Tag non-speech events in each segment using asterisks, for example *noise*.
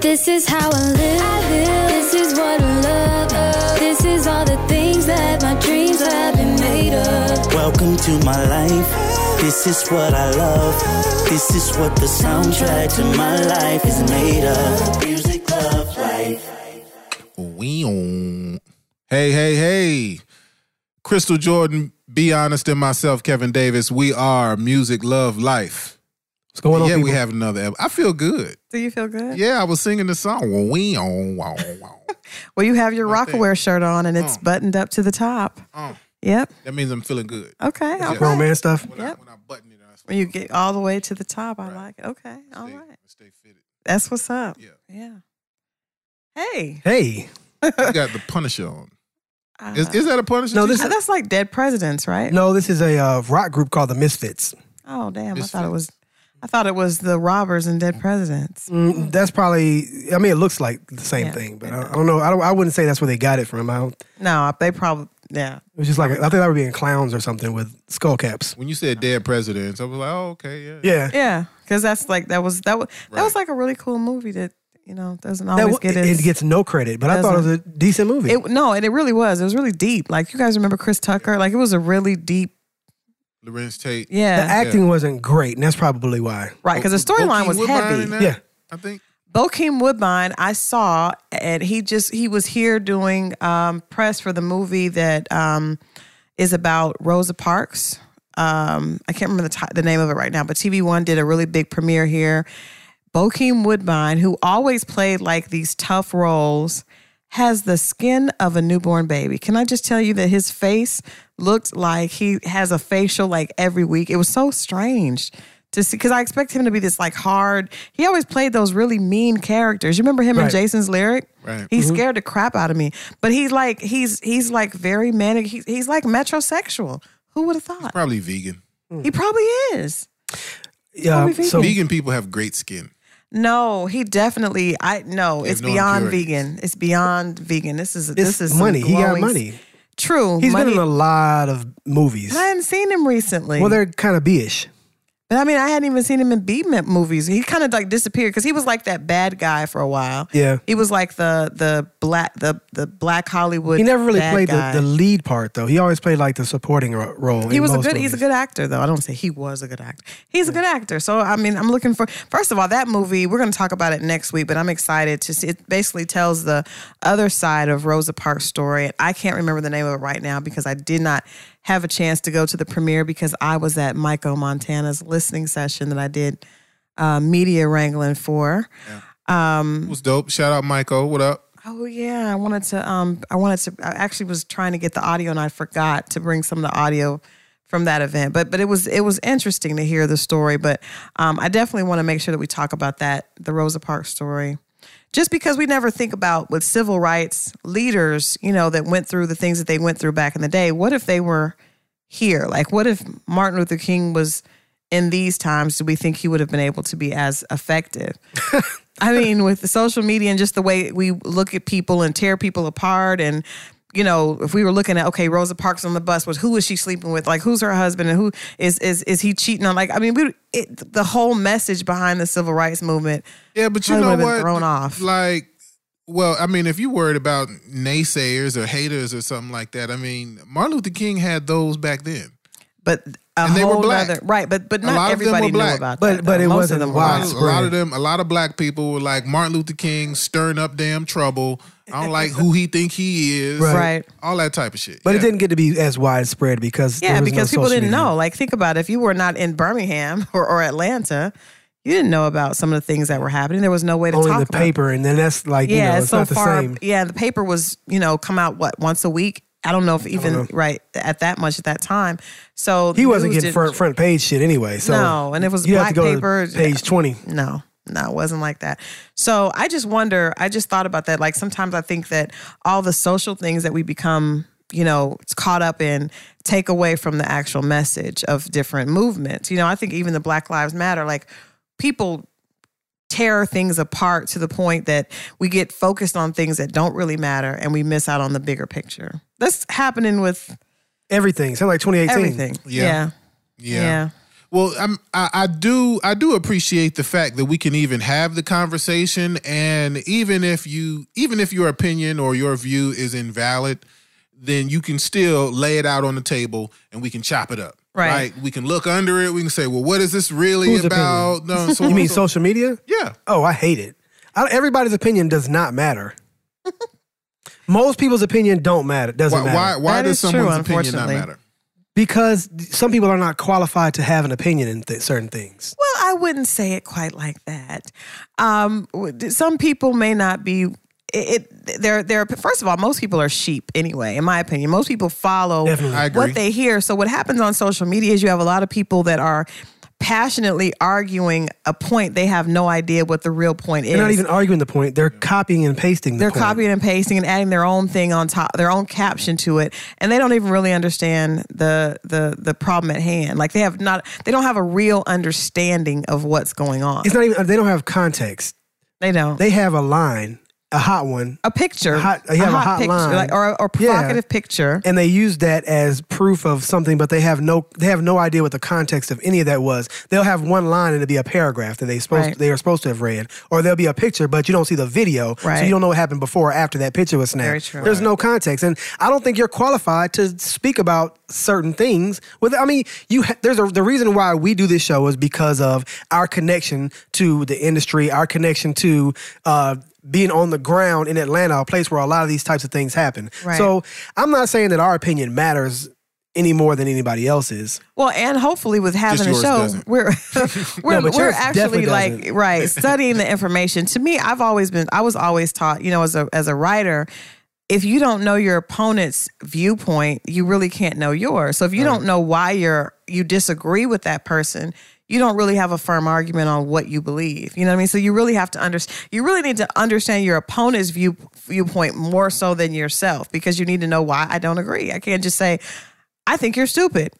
This is how I live. This is what I love. This is all the things that my dreams have been made of. Welcome to my life. This is what I love. This is what the soundtrack to my life is made of. Music, love, life. We on. Hey, hey, hey. Crystal Jordan, be honest, and myself, Kevin Davis, we are Music Love Life. What's going on? yeah, we people? have another. ep- I feel good. Do you feel good? Yeah, I was singing the song. We on. wow, wow. *laughs* Well, you have your Rockaware shirt on and it's Mm. buttoned up to the top. Mm. Yep. That means I'm feeling good. Okay. Yeah. all grown right. man stuff. When, Uh, Yep. I, when I button it, I When you get all the way to the top, I like it. Okay. All stay, right. stay fitted. That's what's up. Yeah. Yeah. Hey. Hey, You got the Punisher on. Uh, Is, is that a Punisher? No, t-shirt? this- that's like dead presidents, right? no, this is a uh, rock group called the Misfits. Oh damn! I This thought it fits. was, I thought it was the robbers and dead presidents. Mm, that's probably. I mean, it looks like the same Yeah. thing, but I, I don't know. I, don't, I wouldn't say that's where they got it from. I don't, it No, they probably yeah. was just like I think that would be in clowns or something with skull caps. When you said dead presidents, I was like, oh, okay, yeah. Yeah, Yeah, because that's like that was that was that was Right. like a really cool movie that you know doesn't that, always wa- get it, its, gets no credit, but I thought it was a decent movie. it. No, and it really was. It was really deep. Like you guys remember Chris Tucker? Like it was a really deep. Lorenz Tate. the Yeah, acting wasn't great, and that's probably why. right. Because the Bo- storyline Bokeem was Woodbine heavy. in that, Yeah. I think. Bokeem Woodbine, I saw, and he just he was here doing um, press for the movie that um, is about Rosa Parks. Um, I can't remember the ti the name of it right now, but TV One did a really big premiere here. Bokeem Woodbine, who always played like these tough roles, has the skin of a newborn baby. Can I just tell you that his face looked like he has a facial like every week? It was so strange to see because I expect him to be this like hard. He always played those really mean characters. You remember him in Right. Jason's lyric? Right. He Mm-hmm. scared the crap out of me. But he's like he's he's like very manic. He's he's like metrosexual. Who would have thought? Probably vegan. He probably is. Yeah, vegan. so Vegan people have great skin. No, he definitely. I no. There's It's no beyond impurities. vegan. It's beyond vegan. This is it's this is some money. He got glowing- money. True. He's money. been in a lot of movies. And I hadn't seen him recently. Well, they're kind of bish. but I mean, I hadn't even seen him in B movies. He kind of like disappeared because he was like that bad guy for a while. Yeah. He was like the the black the the black Hollywood. He never really bad played the, guy. the lead part though. He always played like the supporting ro- role. He in was a most good. He's a movies. good actor, though. I don't say he was a good actor. He's a good actor. So I mean, I'm looking for. First of all, that movie we're going to talk about it next week, but I'm excited to see. It basically tells the other side of Rosa Parks' story. I can't remember the name of it right now because I did not have a chance to go to the premiere because I was at Michael Montana's listening session that I did uh, media wrangling for. It was dope. Shout out Michael. What up? Oh yeah, I wanted to. Um, I wanted to. I actually was trying to get the audio, and I forgot to bring some of the audio from that event. But but it was it was interesting to hear the story. But um, I definitely want to make sure that we talk about that the Rosa Parks story, just because we never think about with civil rights leaders, you know, that went through the things that they went through back in the day. What if they were here? Like, what if Martin Luther King was in these times? Do we think he would have been able to be as effective? I mean, with the social media and just the way we look at people and tear people apart and you know, if we were looking at okay, Rosa Parks on the bus was who is she sleeping with? Like who's her husband and who is is is he cheating on? Like I mean, we, it, the whole message behind the civil rights movement. Yeah, but you Probably know would've been what? thrown off. Like, well, I mean, if you're worried about naysayers or haters or something like that, I mean, Martin Luther King had those back then. But a And they were whole black. other right, but but A lot not of them were everybody knew black. about But- that. but though. it Most wasn't of them A were lot, black. of, a widespread. lot of them, a lot of black people were like Martin Luther King, stirring up damn trouble. I don't like who he think he is. Right. right? All that type of shit. But it Yeah. didn't get to be as widespread because Yeah, there was no because people social didn't media. know. Like, think about it. if you were not in Birmingham *laughs* or, or Atlanta, you didn't know about some of the things that were happening. There was no way to Only talk the about. it. paper, and then that's like you know, yeah, it's so not the far. same. Yeah, the paper was you know come out what once a week. I don't know if even right at that much at that time. So He wasn't news getting didn't- front front page shit anyway. So No, and it was you have black to go paper. to page twenty. No, no, it wasn't like that. So I just wonder, I just thought about that. Like sometimes I think that all the social things that we become, you know, caught up in take away from the actual message of different movements. You know, I think even the Black Lives Matter, like people tear things apart to the point that we get focused on things that don't really matter and we miss out on the bigger picture. That's happening with Everything sound like twenty eighteen. everything. Yeah. Yeah. yeah. Well, I'm, I, I do I do appreciate the fact that we can even have the conversation, and even if you even if your opinion or your view is invalid, then you can still lay it out on the table, and we can chop it up. Right. We can look under it. We can say, well, what is this really Whose about? No, *laughs* and so You on mean and so- social media? Yeah. Oh, I hate it. I, everybody's opinion does not *laughs* matter. Most people's opinion don't matter. Doesn't Why, matter why, why That does is true, someone's opinion not unfortunately. matter? because some people are not qualified to have an opinion in th- certain things. Well, I wouldn't say it quite like that. Um, w- some people may not be. It, it they're they're first of all, most people are sheep anyway. In my opinion, most people follow Definitely. I agree. what they hear. So what happens on social media is you have a lot of people that are passionately arguing a point they have no idea what the real point is. They're not even arguing the point. They're copying and pasting. The They're point. copying and pasting and adding their own thing on top, their own caption to it, and they don't even really understand the the the problem at hand. Like they have not, they don't have a real understanding of what's going on. It's not even. They don't have context. They don't. They have a line, a hot one, a picture, Hot- you have a hot picture, line. like, or or Yeah. provocative picture. and they use that as proof of something, but they have no. They have no idea what the context of any of that was. They'll have one line and it'll be a paragraph that they supposed Right. they are supposed to have read, or there'll be a picture, but you don't see the video, so Right. you don't know what happened before or after that picture was snapped. Very true. There's no context, and I don't think you're qualified to speak about certain things. With I mean, you ha- there's a the reason why we do this show is because of our connection to the industry, our connection to. Uh, being on the ground in Atlanta, a place where a lot of these types of things happen. Right. So I'm not saying that our opinion matters any more than anybody else's. Well, and hopefully with having a yours show, doesn't. *laughs* we're *laughs* we're, No, but we're yours actually definitely like doesn't. right *laughs* studying the information. To me, I've always been I was always taught, you know, as a as a writer, if you don't know your opponent's viewpoint, you really can't know yours. So if you don't know why you're you disagree with that person, you don't really have a firm argument on what you believe. You know what I mean? So you really have to understand. You really need to understand your opponent's view viewpoint more so than yourself because you need to know why I don't agree. I can't just say I think you're stupid.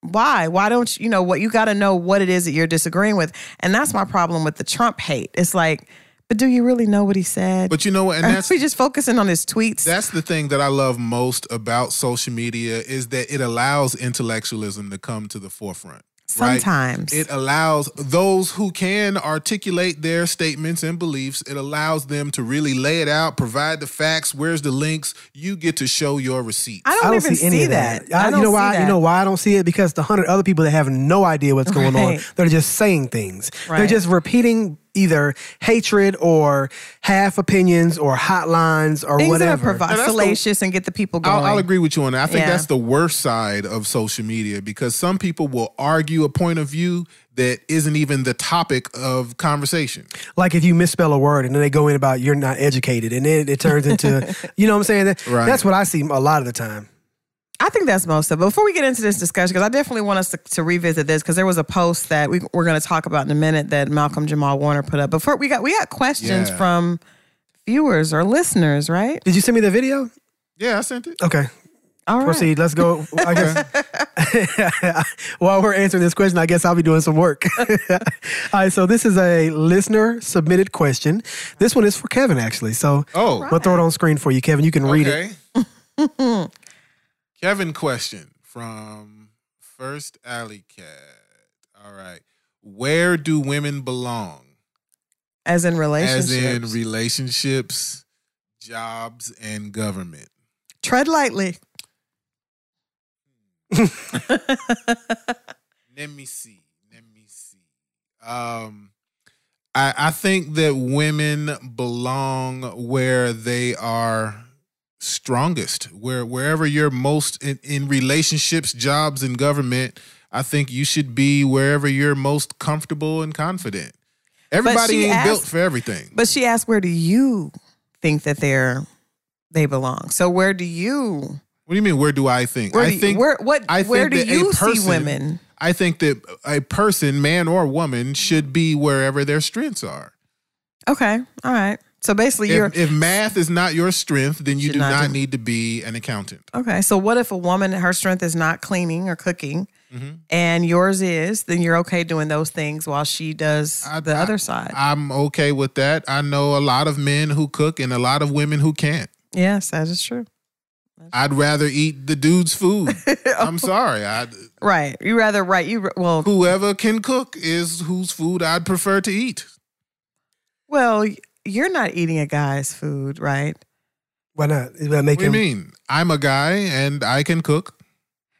Why? Why don't you, you know what you got to know what it is that you're disagreeing with? And that's my problem with the Trump hate. It's like, but do you really know what he said? But you know what? And Are that's *laughs* we just focusing on his tweets? That's the thing that I love most about social media is that it allows intellectualism to come to the forefront. right? Sometimes. It allows those who can articulate their statements and beliefs, it allows them to really lay it out, provide the facts, where's the links, you get to show your receipts. I don't, I don't even see any of that. I- I don't you know see why? You that. know why I don't see it? Because the hundred other people that have no idea what's going on, Right. they're just saying things. They're Right. just repeating either hatred or half opinions or hotlines or Things whatever. that are salacious and get the people going. I'll, I'll agree with you on that. I think Yeah. that's the worst side of social media because some people will argue a point of view that isn't even the topic of conversation. like if you misspell a word and then they go in about you're not educated, and then it turns *laughs* into you know what I'm saying? That- Right. That's what I see a lot of the time. I think that's most of it. Before we get into this discussion, because I definitely want us to, to revisit this, because there was a post that we, we're going to talk about in a minute that Malcolm Jamal Warner put up. Before we got we got questions Yeah. from viewers or listeners, right? Did you send me the video? Yeah, I sent Oh, it. Okay. All right. Proceed. Let's go. I *laughs* guess *laughs* while we're answering this question, I guess I'll be doing some work. *laughs* All right. So this is a listener submitted question. This one is for Kevin actually. So Oh. we'll throw it on screen for you, Kevin. You can read it. Okay. *laughs* Kevin question from First Alley Cat. All right. Where do women belong? As in relationships. As in relationships, jobs, and government. Tread lightly. Let me see. Let me see. Um I, I think that women belong where they are strongest, where wherever you're most in, in relationships, jobs, and government. I think you should be wherever you're most comfortable and confident. Everybody she ain't asked- built for everything. But she asked, "Where do you think that they're they belong?" So where do you? What do you mean? Where do I think? Where I do you- think where- what- where do that a you see women? I think that a person, man or woman, should be wherever their strengths are. Okay, all right. So basically, you're If, if math is not your strength, then you Should do not not, do- need to be an accountant. okay. So what if a woman her strength is not cleaning or cooking, Mm-hmm. and yours is? Then you're okay doing those things while she does I- the I- other side. I'm okay with that. I know a lot of men who cook and a lot of women who can't. yes, that is true. *laughs* Oh. I'd rather eat the dude's food. I'm sorry. I Right. You rather right. You well. Whoever can cook is whose food I'd prefer to eat. Well, you're not eating a guy's food, right? Why not? Is that What do you making mean? I'm a guy and I can cook.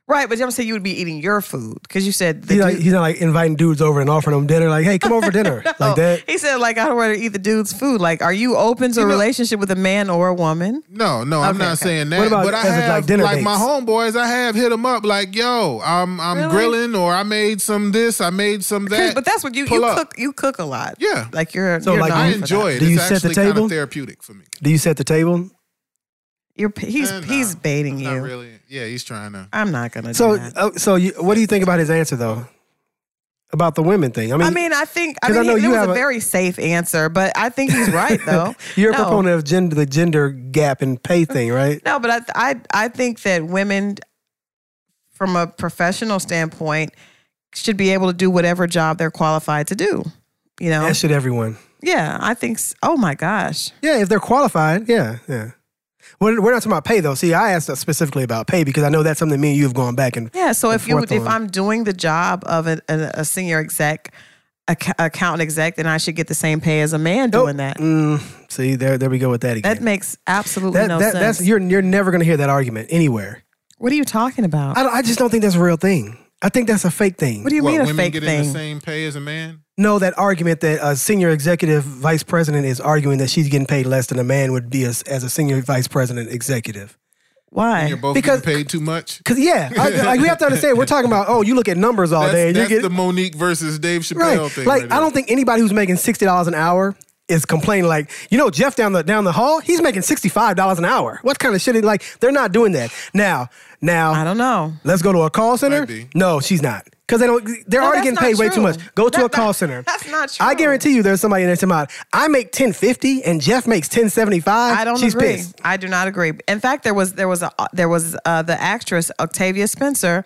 Right, but I'm saying you would be eating your food because you said the he's, like, dude- he's not like inviting dudes over and offering them dinner. Like, hey, come over *laughs* for dinner, No. like that. Oh, He said like I'd rather eat the dude's food. Like, are you open to a know- relationship with a man or a woman? No, no, I'm Okay, not okay. saying that. What about but I as a, have like, like, dinner my dates? homeboys. I have hit them up like, yo, I'm I'm Really? grilling or I made some this, I made some 'Cause- that. But that's what you pull you up. cook. You cook a lot. Yeah. like you're. So, you're like, known I for that. enjoy it. Do you it's set the actually kind table? of therapeutic for me. Do you set the table? You're p- he's Eh, nah, he's baiting I'm you. Not really. Yeah, he's trying to. I'm not gonna. So, do that. uh, so you, what do you think about his answer though? About the women thing. I mean, I mean, I think I 'cause I mean know he, it you was have a a- very safe answer, but I think he's right though. *laughs* you're a No. proponent of gender, the gender gap and pay thing, right? No, but I, I I think that women, from a professional standpoint, should be able to do whatever job they're qualified to do. You know, That should everyone. yeah, I think. s- Oh my gosh, Yeah, if they're qualified, yeah, yeah. We're, we're not talking about pay though. See, I asked specifically about pay because I know that's something me and you have gone back and yeah. So The if you fourth if one. I'm doing the job of a, a, a senior exec, acc- accountant exec, then I should get the same pay as a man Nope. doing that. Mm, see, there, there we go with that again. That makes absolutely That- no that- sense. that's you're you're never gonna hear that argument anywhere. what are you talking about? I, don't- I just don't think that's a real thing. I think that's a fake thing. what do you what, mean a women fake get thing? in the same pay as a man? No, that argument that a senior executive vice president is arguing that she's getting paid less than a man would be as, as a senior vice president executive. Why? You're both Because- getting paid too much. Cause yeah, I, like we have to understand, we're talking about oh, you look at numbers all That's, day, and you that's get the Monique versus Dave Chappelle right. thing. Like right I don't think anybody who's making sixty dollars an hour is complaining. Like you know, Jeff down the down the hall, he's making sixty five dollars an hour. What kind of shit? Is, like they're not doing that now. I Now don't know. let's go to a call center. Might be. No, she's not. Because they don't, they're No, already that's getting paid not way too much. true. Go to That- a call that- center. *laughs* that's not I true. guarantee you, there's somebody in there tomorrow. I make ten fifty, and Jeff makes ten seventy five. I don't She's agree. pissed. I do not agree. In fact, there was there was a there was uh, the actress Octavia Spencer.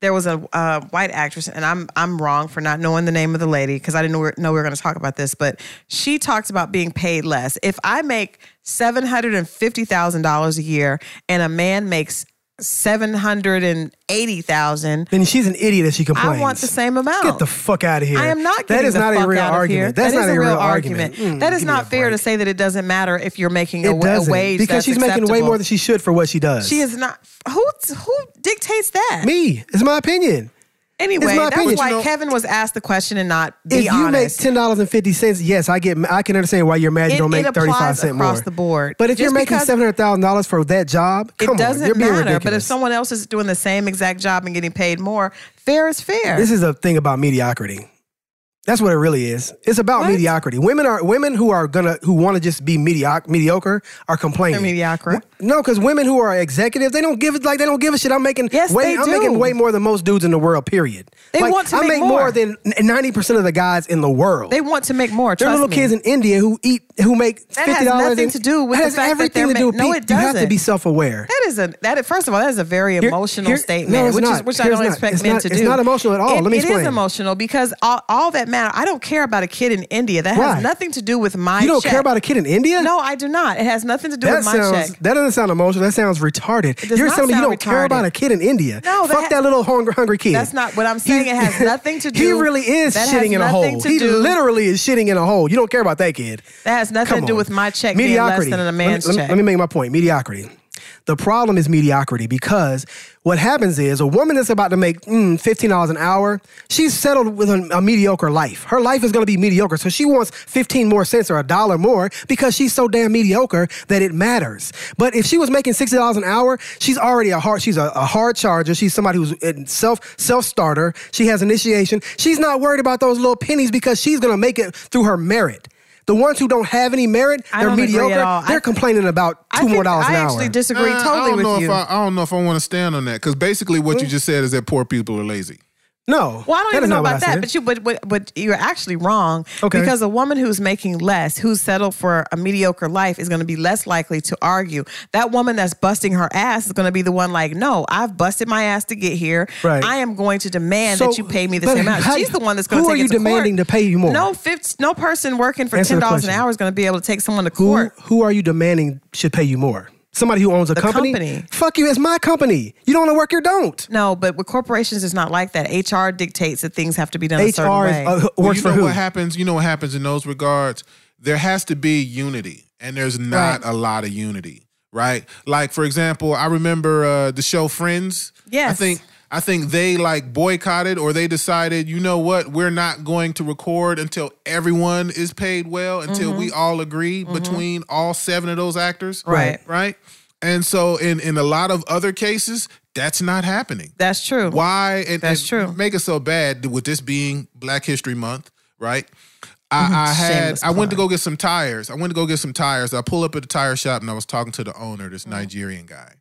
There was a uh, white actress, and I'm I'm wrong for not knowing the name of the lady because I didn't know we, know we were going to talk about this. But she talks about being paid less. If I make seven hundred and fifty thousand dollars a year, and a man makes seven hundred and eighty thousand, Then she's an idiot if she complains. I want the same amount. Get the fuck out of here. I am not. That getting is the not fuck a real out of here. argument. That's That not is a real argument. Mm, that is give me not a fair to break. say that it doesn't matter if you're making a, It wa- a doesn't wage because that's she's making way acceptable. more than she should for what she does. She is not. Who who dictates that? me. It's my opinion. Anyway, It's my that's opinion, why you know. Kevin was asked the question and not be if you make honest. ten dollars and fifty cents, yes, I get. I can understand why you're mad you It- don't it make applies thirty five cents more across the board. But if Just you're making because- seven hundred thousand dollars for that job, come it doesn't on, you're being matter. ridiculous. But if someone else is doing the same exact job and getting paid more, fair is fair. this is a thing about mediocrity. That's what it really is. It's about What? mediocrity. Women are women who are gonna who want to just be mediocre, mediocre are complaining. They're mediocre. No, because women who are executive, they don't give it like they don't give a shit. I'm making Yes, way, they I'm do. making way more than most dudes in the world. Period. They Like, want to I make make more, more. than ninety percent of the guys in the world. they want to make more. There are trust little me. kids in India who eat who make That has fifty dollars. nothing to do that with the has fact that everything they're to do. ma- with no, pe- it You have to doesn't. be self aware. That is a that. Is, first of all, that is a very emotional here- statement, no, it's which is not. which I Here's don't not. expect It's men not- to do. it's not emotional at all. It- Let me It explain. is emotional because all, all that matter. I don't care about a kid in India. That Why? has nothing to do with my. You don't check. care about a kid in India? No, I do not. It has nothing to do That with my sounds check. that doesn't sound emotional. That sounds retarded. does You're not telling me you sound don't care retarded. about a kid in India. No, that fuck ha- that little hungry, hungry kid. That's not what I'm saying. *laughs* It has nothing to He do- really is that has shitting in a nothing hole. to He do- literally is shitting in a hole. You don't care about that kid. That has nothing Come to do on. with my check being less mediocrity. than a Let me- man's let me, check. Let me make my point. Mediocrity. The problem is mediocrity because what happens is a woman that's about to make mm, fifteen dollars an hour, she's settled with a, a mediocre life. Her life is going to be mediocre, so she wants fifteen more cents or a dollar more because she's so damn mediocre that it matters. But if she was making sixty dollars an hour, she's already a hard she's a, a hard charger. She's somebody who's in self self starter. She has initiation. She's not worried about those little pennies because she's going to make it through her merit. The ones who don't have any merit, I they're don't agree at mediocre. all. I They're th- complaining about I two more think- dollars an I hour. actually disagree Uh, I totally don't know with you. Mm. If I, I don't know if I want to stand on that because basically what you just said is that poor people are lazy. no, Well, I don't that is even know not what I about that, said. but you, but, but but you're actually wrong. Okay. Because a woman who's making less, who's settled for a mediocre life, is going to be less likely to argue. That woman that's busting her ass is going to be the one like, no, I've busted my ass to get here. Right. I am going to demand So, that you pay me the but same amount. how- She's the one that's going who to are take you it to court. demanding to pay you more? No, 50, no person working for Answer the ten dollars an question. hour is going to be able to take someone to who court. who are you demanding should pay you more? somebody who owns a company, company. fuck you, it's my company. You don't want to work here, don't. No, but with corporations, it's not like that. HR dictates that things have to be done a certain HR is, way. uh, works Well, you for know who? what happens you know what happens in those regards there has to be unity and there's not a lot of unity right like for example i remember uh, the show friends i Yes. think i think they like boycotted or they decided you know what we're not going to record until everyone is paid well until we Mm-hmm. all agree between all seven of those actors Right. right and so in in a lot of other cases that's not happening That's true. why and That's and true. Make it so bad with this being Black History Month, right? I, I had Shameless I went to go get some tires. I went to go get some tires. I pull up at the tire shop and I was talking to the owner, this Nigerian guy,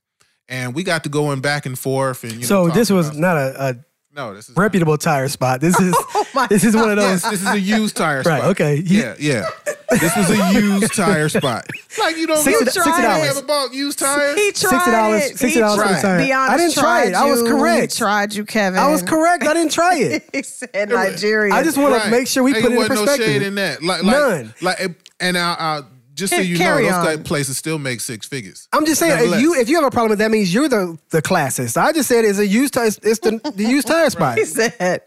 and we got to going back and forth. And you know, So talking this was about- not a, a no, this is reputable tire spot. *laughs* This is Oh my this is one of Yes, those. this is a used tire spot. okay. You- Yeah, yeah. This was a used tire spot. Like you don't Sixty- you sixty don't dollars. ever bought used tires. He tried $60 it. $60 He for the tried. tire. Be honest, I didn't try it. tried I was you. correct. He tried you, Kevin. I was correct. I didn't try it. *laughs* he said Nigerian. I just want to Right. make sure we Hey, put it in wasn't No shade perspective. in that. Like, like, None. Like, it- and I, I just so Hey, you know, carry those on. type places still make six figures. I'm just saying, if Nonetheless. you if you have a problem with that, means you're the the classist. I just said it's a used tire. It's, it's the, the used *laughs* tire spot. *laughs* He said.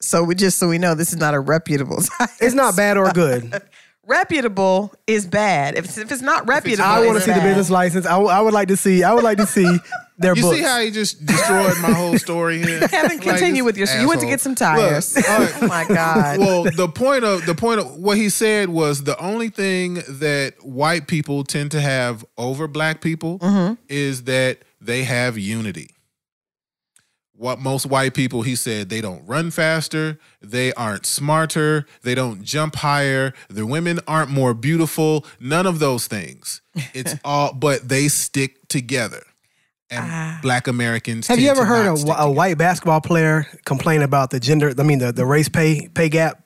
So we just so we know this is not a reputable *laughs* tire. It's not bad or *laughs* good. reputable is bad. If it's, if it's not reputable, I want to it's see the bad. business license. I, w- I would like to see. I would like *laughs* to see their You books. see how he just destroyed my whole story here. *laughs* Kevin, continue with your. this You went to asshole. get some tires. Look, all right. *laughs* oh my *laughs* god. well, the point of the point of what he said was the only thing that white people tend to have over black people Mm-hmm. is that they have unity. What most white people, he said, they don't run faster, they aren't smarter, they don't jump higher, the women aren't more beautiful, none of those things. *laughs* It's all, but they stick together. And black Americans Ah. have you tend ever to heard not a, stick wh- a white basketball player complain about the gender? I mean, the, the race pay pay gap.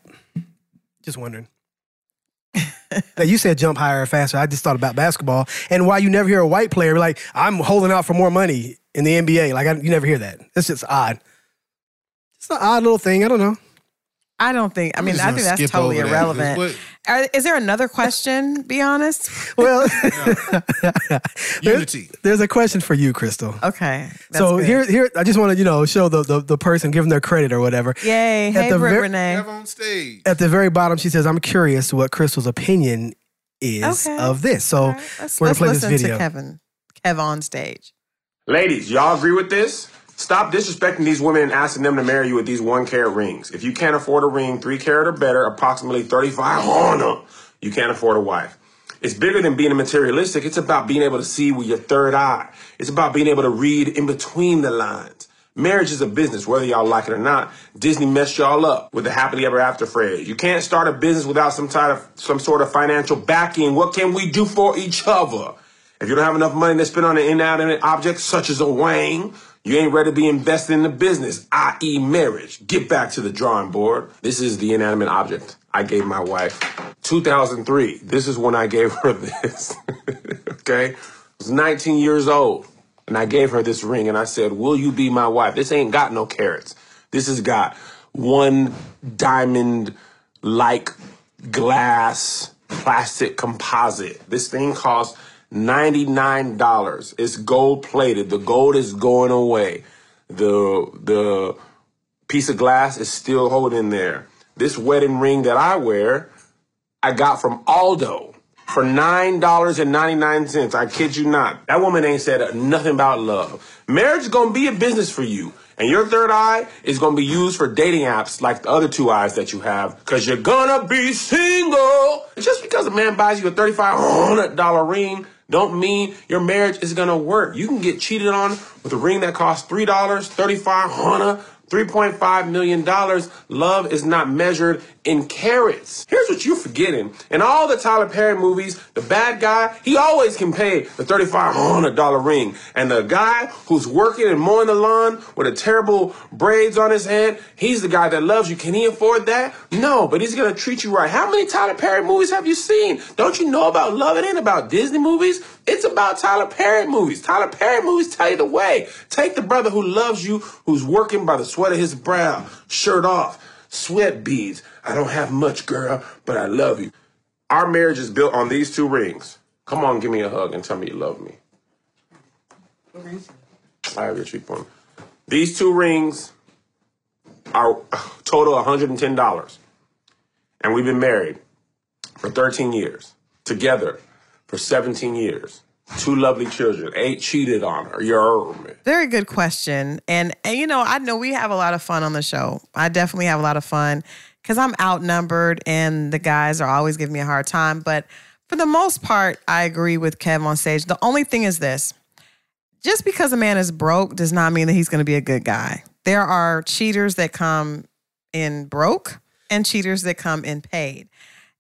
*laughs* Just wondering. now you said jump higher or faster. I just thought about basketball and why you never hear a white player be like, "I'm holding out for more money in the NBA." Like I, you never hear that. It's just odd. It's an odd little thing. I don't know. I don't think. I mean, just I gonna think that's skip totally over that. irrelevant. What- Are, is there another question? Be honest. Well, *laughs* Unity. there's a question for you, Crystal. Okay. that's so good. here, here, I just want to you know show the, the the person, give them their credit or whatever. Yay! At Hey, the Brit ver- Renee. Have on stage. At the very bottom, she says, "I'm curious what Crystal's opinion is Okay. of this." So All right, let's we're gonna let's play this listen video. to Kevin. Kev on stage. Ladies, y'all agree with this? Stop disrespecting these women and asking them to marry you with these one carat rings. If you can't afford a ring, three carat or better, approximately 3500, you can't afford a wife. It's bigger than being materialistic. It's about being able to see with your third eye. It's about being able to read in between the lines. Marriage is a business, whether y'all like it or not. Disney messed y'all up with the happily ever after phrase. You can't start a business without some type of some sort of financial backing. What can we do for each other? If you don't have enough money to spend on an inanimate object such as a wang, you ain't ready to be invested in the business, i.e., marriage. Get back to the drawing board. This is the inanimate object I gave my wife. 2003. This is when I gave her *laughs* this. okay? I was 19 years old, and I gave her this ring, and I said, Will you be my wife? This ain't got no carrots. This has got one diamond like glass plastic composite. This thing costs $99. It's gold plated. The gold is going away. The the piece of glass is still holding there. This wedding ring that I wear, I got from Aldo for $9.99. I kid you not. That woman ain't said nothing about love. Marriage is going to be a business for you. And your third eye is going to be used for dating apps like the other two eyes that you have because you're going to be single. And Just because a man buys you a $3,500 ring don't mean your marriage is going to work. You can get cheated on with a ring that costs $3, $3,500. $3.5 million. Love is not measured in carats. Here's what you're forgetting. In all the Tyler Perry movies, the bad guy, he always can pay the $3,500 ring. And the guy who's working and mowing the lawn with a terrible braids on his head, he's the guy that loves you. Can he afford that? No, but he's gonna treat you right. How many Tyler Perry movies have you seen? Don't you know about love? It ain't about Disney movies. It's about Tyler Perry movies. Tyler Perry movies tell you the way. Take the brother who loves you, who's working by the sweat of his brow, shirt off, sweat beads. I don't have much, girl, but I love you. Our marriage is built on these two rings. Come on, give me a hug and tell me you love me. I have your cheekbone. These two rings are *sighs* total $110. And we've been married for 13 years, together for 17 years. Two lovely children, eight cheated on her. You're Very good question. And, and you know, I know we have a lot of fun on the show. I definitely have a lot of fun because I'm outnumbered and the guys are always giving me a hard time. But for the most part, I agree with Kev on stage. The only thing is this just because a man is broke does not mean that he's going to be a good guy. There are cheaters that come in broke and cheaters that come in paid.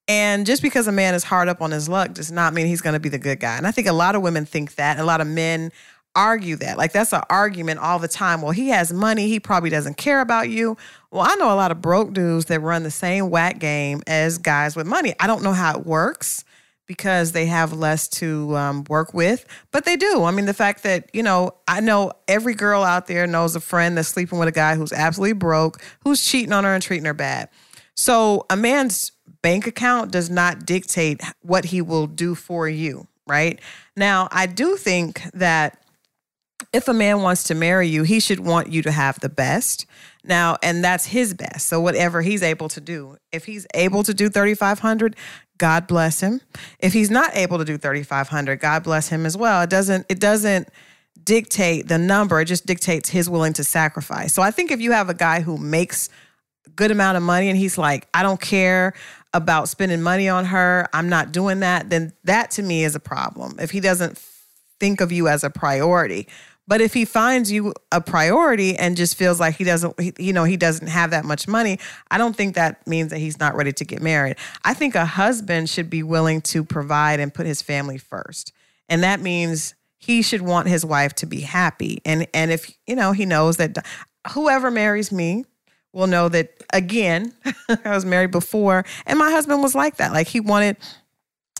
And just because a man is hard up on his luck does not mean he's going to be the good guy. And I think a lot of women think that. A lot of men argue that. Like that's an argument all the time. Well, he has money. He probably doesn't care about you. Well, I know a lot of broke dudes that run the same whack game as guys with money. I don't know how it works because they have less to um, work with, but they do. I mean, the fact that, you know, I know every girl out there knows a friend that's sleeping with a guy who's absolutely broke, who's cheating on her and treating her bad. So a man's bank account does not dictate what he will do for you, right? Now, I do think that if a man wants to marry you, he should want you to have the best. Now, and that's his best. So whatever he's able to do. If he's able to do 3500, God bless him. If he's not able to do 3500, God bless him as well. It doesn't it doesn't dictate the number, it just dictates his willing to sacrifice. So I think if you have a guy who makes good amount of money and he's like, I don't care about spending money on her, I'm not doing that, then that to me is a problem. If he doesn't think of you as a priority. But if he finds you a priority and just feels like he doesn't, he, you know, he doesn't have that much money, I don't think that means that he's not ready to get married. I think a husband should be willing to provide and put his family first. And that means he should want his wife to be happy. And and if, you know, he knows that whoever marries me, will know that again, *laughs* I was married before, and my husband was like that. Like he wanted,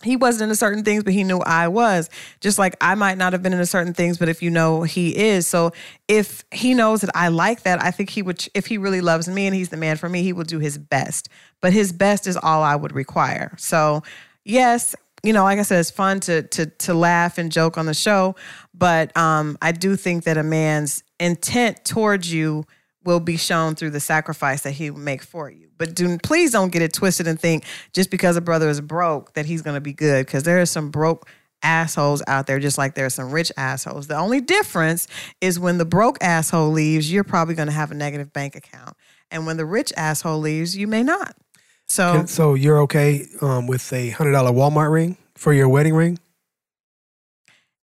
he wasn't into certain things, but he knew I was. Just like I might not have been into certain things, but if you know he is, so if he knows that I like that, I think he would. If he really loves me and he's the man for me, he will do his best. But his best is all I would require. So yes. You know, like I said, it's fun to to to laugh and joke on the show, but um, I do think that a man's intent towards you will be shown through the sacrifice that he will make for you. But do, please don't get it twisted and think just because a brother is broke that he's going to be good because there are some broke assholes out there just like there are some rich assholes. The only difference is when the broke asshole leaves, you're probably going to have a negative bank account. And when the rich asshole leaves, you may not. So And so you're okay um, with a hundred dollar Walmart ring for your wedding ring?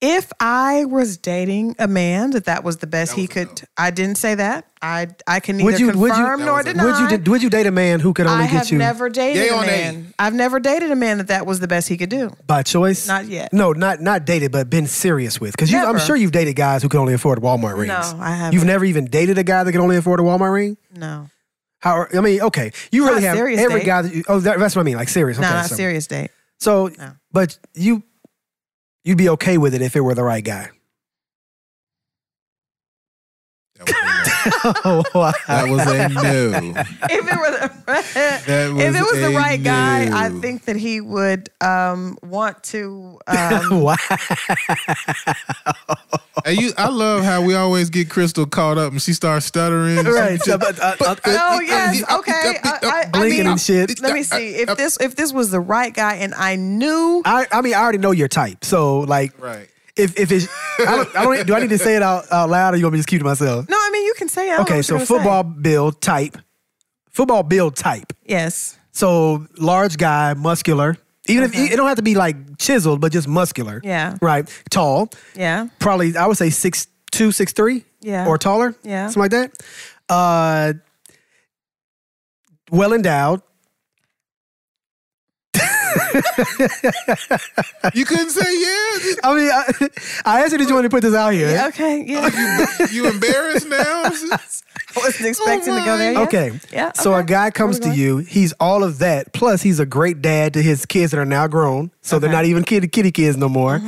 if I was dating a man that that was the best That he was a no. could, I didn't say that. I I can neither Would you- would you- confirm That nor was a deny. no. Would you did- would you date a man who could only I get have you never dated Yay a on man. I've never dated a man that that was the best he could do. by choice? Not yet. No, not not dated, but been serious with. Because I'm Never. sure you've dated guys who could only afford Walmart rings. No, I haven't. You've never even dated a guy that could only afford a Walmart ring. No, How I mean, okay, you Not really have serious every date. guy. That you, oh, that, that's what I mean, like serious. no, okay, not so, serious date. *laughs* So, No. but you you'd be okay with it if it were the right *laughs* guy. That oh, wow. was a no. If it were *laughs* the, That was if it was the a right no. guy, I think that he would um, want to. *laughs* Um, wow. Hey, you, I love how we always get Crystal caught up and she starts stuttering. *laughs* right. So, *laughs* but, uh, uh, uh, *laughs* oh yes, okay. I, I, I Blinking mean, and shit. let me see. If this if this was the right guy and I knew I, I mean, I already know your type. So, like, Right. if if it's, I don't, I don't, do I need to say it out, out loud, or you want me to just keep it to myself? No, I mean you can say. I don't know Okay, what so you're gonna football build type, football build type. Say. Yes. So large guy, muscular. Even if it don't have to be like chiseled, but just muscular. Yeah. Right. Tall. Yeah. Probably I would say six two, six three. Yeah. Or taller. Yeah. Something like that. Uh, well endowed. You couldn't say yes. I mean, I, *laughs* I asked you, did you want to put this out here? Okay. *laughs* Yeah. You embarrassed *laughs* now? I wasn't expecting to go there. Yet. Okay. Yeah, So a okay. guy comes to Where we you. He's all of that. Plus, he's a great dad to his kids that are now grown. So they're Okay. Mm-hmm. not even kid kitty kids no more.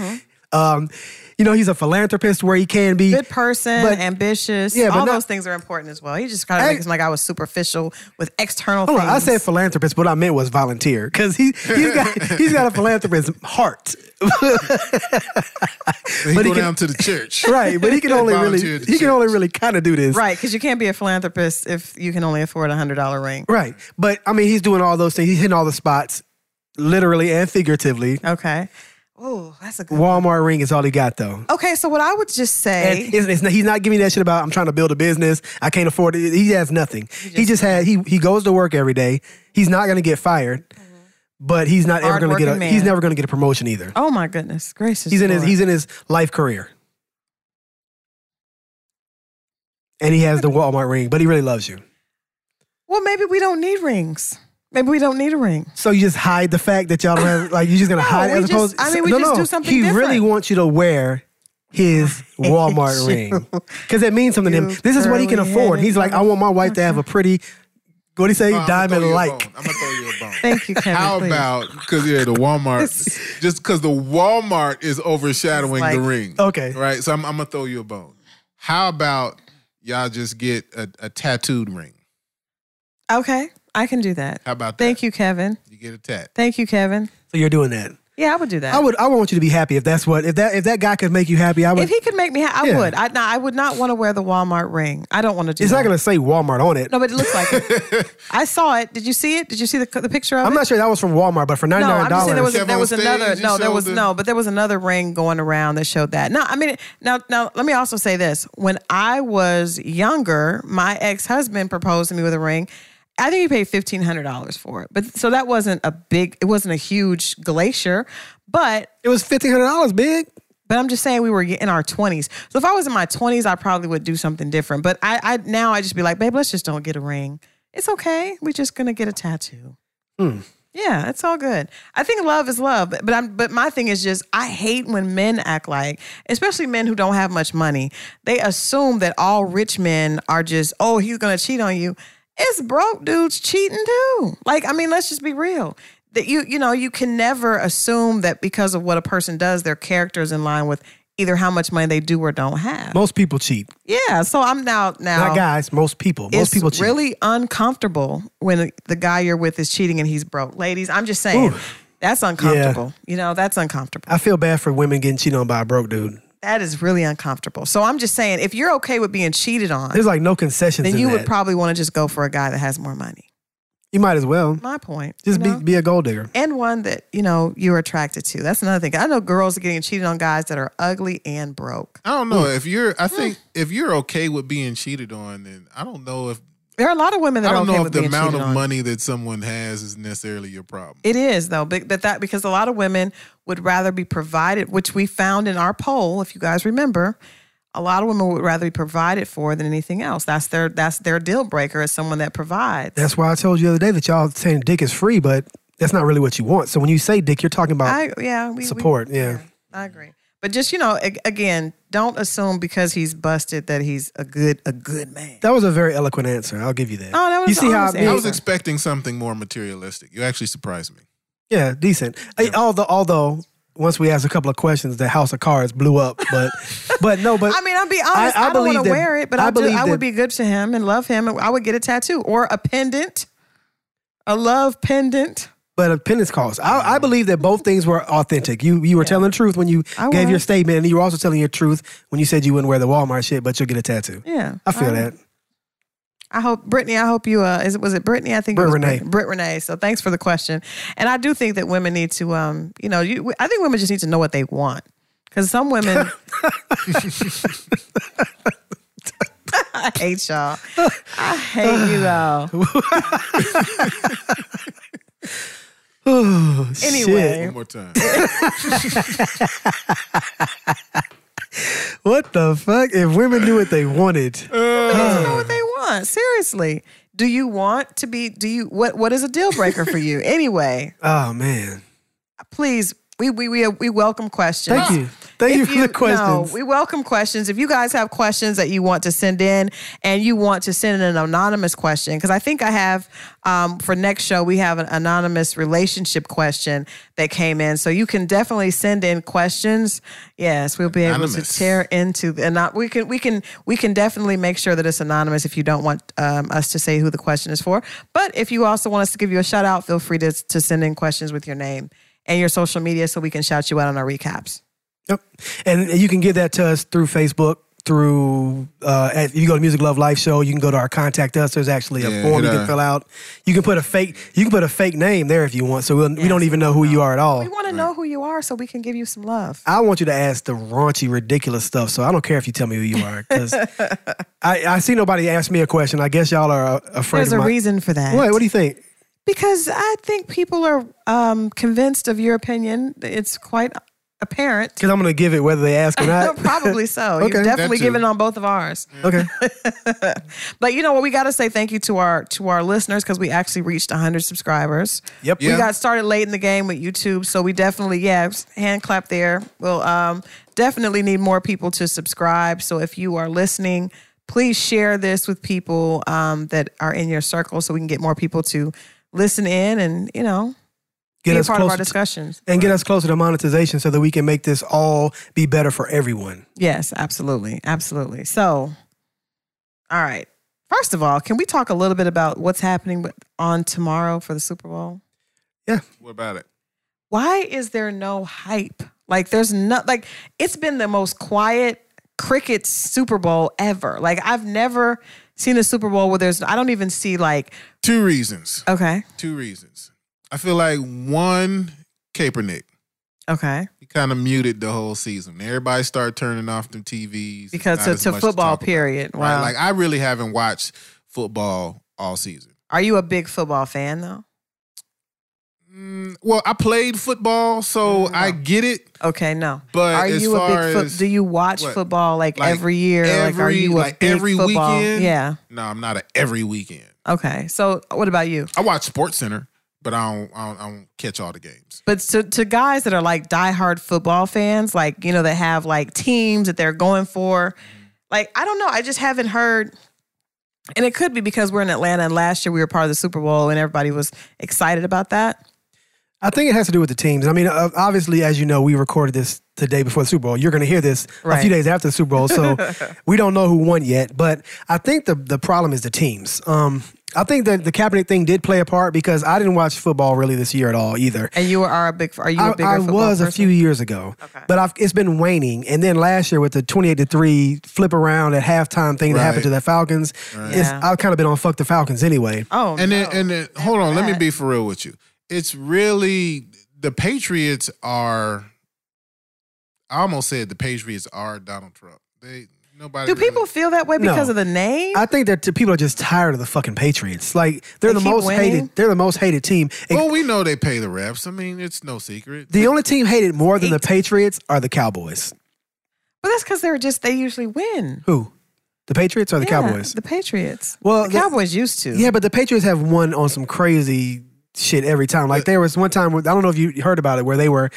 Um, you know, he's a philanthropist where he can be. Good person, But- ambitious. Yeah, but all not- those things are important as well. He just kind of I- makes it seem like I was superficial with external Hold things. on, I said philanthropist, what I meant was volunteer because he he's got *laughs* he's got a philanthropist heart, He But he go can- down to the church. right? But he can only really Volunteer at the he can church. only really kind of do this, right because you can't be a philanthropist if you can only afford a hundred dollar ring. Right. But I mean, he's doing all those things. He's hitting all the spots, literally and figuratively. Okay. Oh, that's a good. Walmart ring is all he got though. Okay, so what I would just And say, it's, it's not- he's not giving me that shit about I'm trying to build a business. I can't afford it. He has nothing. He just had he he goes to work every day. He's not gonna get fired, but he's not ever gonna get a Hardworking Mm-hmm. man. he's never gonna get a promotion either. oh my goodness gracious, he's in his Lord. he's in his life career, and he has the Walmart ring, but he really loves you. well, maybe we don't need rings. Maybe we don't need a ring. So you just hide the fact that y'all don't have like you're just gonna No, hide we as just- opposed. I mean, we no, just no. do something He different. really wants you to wear *laughs* his Walmart you. ring because it means something to him. You This is what he can curly-headed afford. He's like, I want my wife to have a pretty. What do you say? Oh, I'ma throw Diamond you a like. bone. I'm gonna throw you a bone. *laughs* Thank you, Kevin. How please. about because you're at a *laughs* Walmart, just because the Walmart is overshadowing It's like- the ring. Okay. Right. So I'm, I'm gonna throw you a bone. How about y'all just get a, a tattooed ring? Okay, I can do that. How about that? Thank you, Kevin. You get a tat. Thank you, Kevin. So you're doing that. Yeah, I would do that. I would. I want you to be happy if that's what if that if that guy could make you happy. I would. if he could make me, ha- I Yeah. would. I, no, I would not want to wear the Walmart ring. I don't want to do. it's that. not gonna say Walmart on it. No, but it looks like it. *laughs* I saw it. Did you see it? Did you see the, the picture of I'm it? not sure that was from Walmart, but for ninety no, nine I'm just saying there was dollars. Kevin there was on stage, another you no there showed was the- no but there was another ring going around that showed that. No, I mean now now let me also say this. When I was younger, my ex husband proposed to me with a ring. I think he paid fifteen hundred dollars for it, but so that wasn't a big. It wasn't a huge glacier, but It was fifteen hundred dollars. Big. but I'm just saying we were in our 20s. So if I was in my 20s, I probably would do something different. But I, I now I just be like, babe, let's just don't get a ring. It's okay. We're just gonna get a tattoo. Yeah, it's all good. I think love is love, but, but I'm but my thing is just I hate when men act like, especially men who don't have much money. They assume that all rich men are just oh he's gonna cheat on you. It's broke dudes cheating too. Like I mean, let's just be real. That you you know you can never assume that because of what a person does, their character is in line with either how much money they do or don't have. Most people cheat. Yeah, so I'm now now Not guys. Most people. Most it's people cheat. really uncomfortable when the guy you're with is cheating and he's broke. Ladies, I'm just saying that's uncomfortable. You know, that's uncomfortable. I feel bad for women getting cheated on by a broke dude. That is really uncomfortable. So I'm just saying, if you're okay with being cheated on, There's like no concessions. then in you would that. probably want to just go for a guy that has more money. You might as well. My point. Just you know? be, be a gold digger. and one that you know you're attracted to. That's another thing. I know girls are getting cheated on guys that are ugly and broke. I don't know if you're. I think if you're okay with being cheated on, then I don't know if There are a lot of women that I are don't okay know with if the being amount cheated of on. money that someone has is necessarily your problem. It is though, but, but that because a lot of women would rather be provided, which we found in our poll, if you guys remember, a lot of women would rather be provided for than anything else. That's their that's their deal breaker is someone that provides. That's why I told you the other day that y'all saying dick is free, but that's not really what you want. So when you say dick, you're talking about I yeah we we- support. yeah. I agree. But just you know, a- again, don't assume because he's busted that he's a good a good man. That was a very eloquent answer. I'll give you that. Oh, that was you see how almost it. I I was Yeah. expecting something more materialistic. You actually surprised me. yeah, decent. I- although, although once we asked a couple of questions, the house of cards blew up. But, but no, but *laughs* I mean, I'll be honest. I, don't believe want to that- wear it, but I, do, believe I that- would be good to him and love him. and I would get a tattoo or a pendant, a love pendant. But a penance cost. I, I believe that both things were authentic. You you were telling the truth when you I gave your was. statement, and you were also telling your truth when you said you wouldn't wear the Walmart shit, but you'll get a tattoo. Yeah, I feel that. I hope Brittany. I hope you. Uh, is it was it Brittany? I think Britt it was Renee. Britt, Britt Renee. So thanks for the question. And I do think that women need to. Um, you know, you, I think women just need to know what they want because *laughs* some women. *laughs* I hate y'all. I hate you *sighs* though. Anyway. Shit. One more *laughs* time. What the fuck? If women knew what they wanted. Just know what they want. Seriously. Do you want to be do you what what is a deal breaker for you? *laughs* Anyway, Oh man. please we we we, we welcome questions. Thank you. Thank you If for the questions. No, we welcome questions. If you guys have questions that you want to send in and you want to send in an anonymous question, because I think I have um, for next show, we have an anonymous relationship question that came in. So you can definitely send in questions. Yes, we'll be able Anonymous. to tear into the and not- we can we can we can definitely make sure that it's anonymous if you don't want um, us to say who the question is for. But if you also want us to give you a shout out, feel free to to send in questions with your name and your social media so we can shout you out on our recaps. Yep. And you can give that to us through Facebook, through uh, at, if you go to Music Love Life Show, you can go to our contact us. There's actually a Yeah, form hit you can our- fill out. You can put a fake you can put a fake name there if you want. So we'll, we don't even know who you are at all. We want to know who you are so we can give you some love. I want you to ask the raunchy, ridiculous stuff. So I don't care if you tell me who you are. 'cause *laughs* I, I see nobody ask me a question. I guess y'all are uh, afraid There's of a my- reason for that. Wait, what do you think? because I think people are um, convinced of your opinion. It's quite apparent. Because I'm going to give it whether they ask or *laughs* not. Probably *laughs* so. Okay. You've definitely That too. given on both of ours. okay. But you know what? We got to say thank you to our to our listeners because we actually reached 100 subscribers. Yep. We Yeah. got started late in the game with YouTube, so we definitely yeah hand clap there. We'll um, definitely need more people to subscribe. So if you are listening, please share this with people um, that are in your circle, so we can get more people to listen in and you know Get be a us part of our closer. to- discussions. and get us closer to monetization so that we can make this all be better for everyone. Yes, absolutely. Absolutely. So, all right. First of all, can we talk a little bit about what's happening with- on tomorrow for the Super Bowl? What about it? Why is there no hype? Like, there's not, like, it's been the most quiet cricket Super Bowl ever. Like, I've never seen a Super Bowl where there's, I don't even see, like, Two reasons. okay, Two reasons. I feel like one, Kaepernick. okay. He kind of muted the whole season. Everybody started turning off them TVs It's Because not to, as to much football, talk about, period. right? Wow. Like I really haven't watched football all season. Are you a big football fan, though? Mm, Well, I played football, Mm, so I get it. Okay, no. But are as you a far big foot? as- Do you watch what? football like, Like, every year? like, are every- you a like, big every football? weekend? Yeah. No, I'm not a every weekend. Okay. So, what about you? I watch Sports Center, but I don't, I don't, I don't catch all the games. But to, to guys that are like diehard football fans, like you know, that have like teams that they're going for, like I don't know, I just haven't heard. And it could be because we're in Atlanta, and last year we were part of the Super Bowl, and everybody was excited about that. I think it has to do with the teams. I mean, uh, obviously, as you know, we recorded this the day before the Super Bowl. You're going to hear this a Right. few days after the Super Bowl, *laughs* so we don't know who won yet. But I think the the problem is the teams. Um, I think that the Kaepernick thing did play a part because I didn't watch football really this year at all either. And you are a big, are you I a bigger I football was a few person? years ago, but I've, it's been waning. And then last year with the twenty-eight to three flip around at halftime thing that happened Right. to the Falcons, it's, Yeah. I've kind of been on fuck the Falcons anyway. Oh, and then, no. and then, hold on, let me that. be for real with you. It's really the Patriots are. I almost said the Patriots are Donald Trump. They nobody. do people really- feel that way No. because of the name? I think that t- people are just tired of the fucking Patriots. Like they're They the keep most winning? hated. They're the most hated team. And well, we know they pay the refs. I mean, it's no secret. the only team hated more than the Patriots are the Cowboys. but that's because they're just they usually win. Who? The Patriots or the Yeah, Cowboys? The Patriots. Well, the the- Cowboys used to. yeah, but the Patriots have won on some crazy shit every time. Like there was one time where- I don't know if you heard about it where they were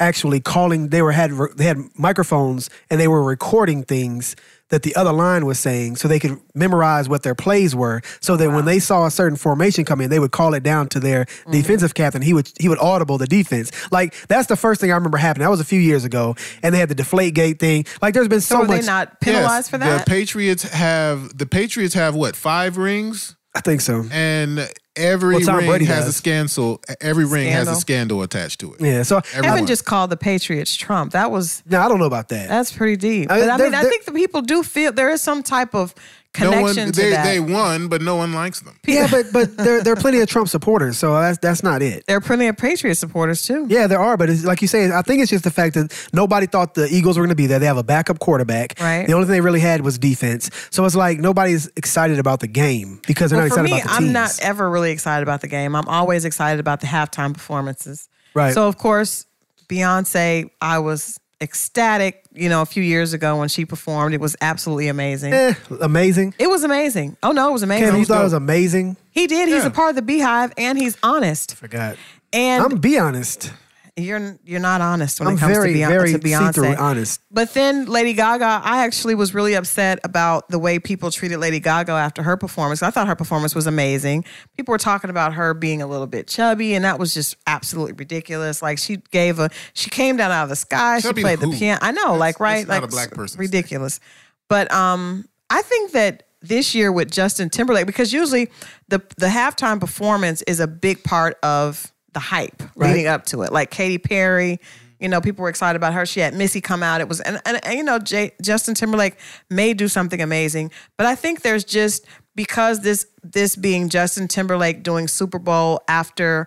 actually calling. They were had they had microphones and they were recording things that the other line was saying so they could memorize what their plays were so that when they saw a certain formation come in they would call it down to their Mm-hmm. defensive captain he would he would audible the defense like that's the first thing i remember happening that was a few years ago and they had the deflate gate thing like there's been so, so are much they not penalized for that? The Patriots have the Patriots have what five rings, i think so and every Well, Tom ring Brady has a does. scandal. Every ring has Scandal. a scandal attached to it. yeah so Kevin Everyone. just called the Patriots Trump. That was no i don't know about that that's pretty deep. I- But I there- mean, I there- think the people do feel there is some type of no connection one to they that. they won, but no one likes them. Yeah, but but there there are plenty of Trump supporters, so that's that's not it. there are plenty of Patriot supporters too. Yeah, there are, but it's, like you say, I think it's just the fact that nobody thought the Eagles were going to be there. They have a backup quarterback. Right. The only thing they really had was defense. So it's like nobody's excited about the game because they're Well, not for excited me, about the I'm teams. not ever really excited about the game. I'm always excited about the halftime performances. Right. So of course, Beyonce, I was ecstatic. You know, a few years ago when she performed, it was absolutely amazing. Eh, amazing. It was amazing. Oh no, it was amazing. Cam, you thought it was amazing? He did. He's Yeah. a part of the beehive and he's honest. Forgot. And I'm be honest. you're you're not honest when I'm it comes very, to, Beyonce, very to Beyonce. see-through honest. But then Lady Gaga, I actually was really upset about the way people treated Lady Gaga after her performance. I thought her performance was amazing. People were talking about her being a little bit chubby, and that was just absolutely ridiculous. Like she gave a, she came down out of the sky. Chubby she played the who? piano. I know, That's- like right, that's not like a black s- person's thing. ridiculous. But um, I think that this year with Justin Timberlake, because usually the the halftime performance is a big part of the hype leading up to it. Like Katy Perry, you know, people were excited about her. She had Missy come out. It was and and, and you know, J, Justin Timberlake may do something amazing, but I think there's just because this this being Justin Timberlake doing Super Bowl after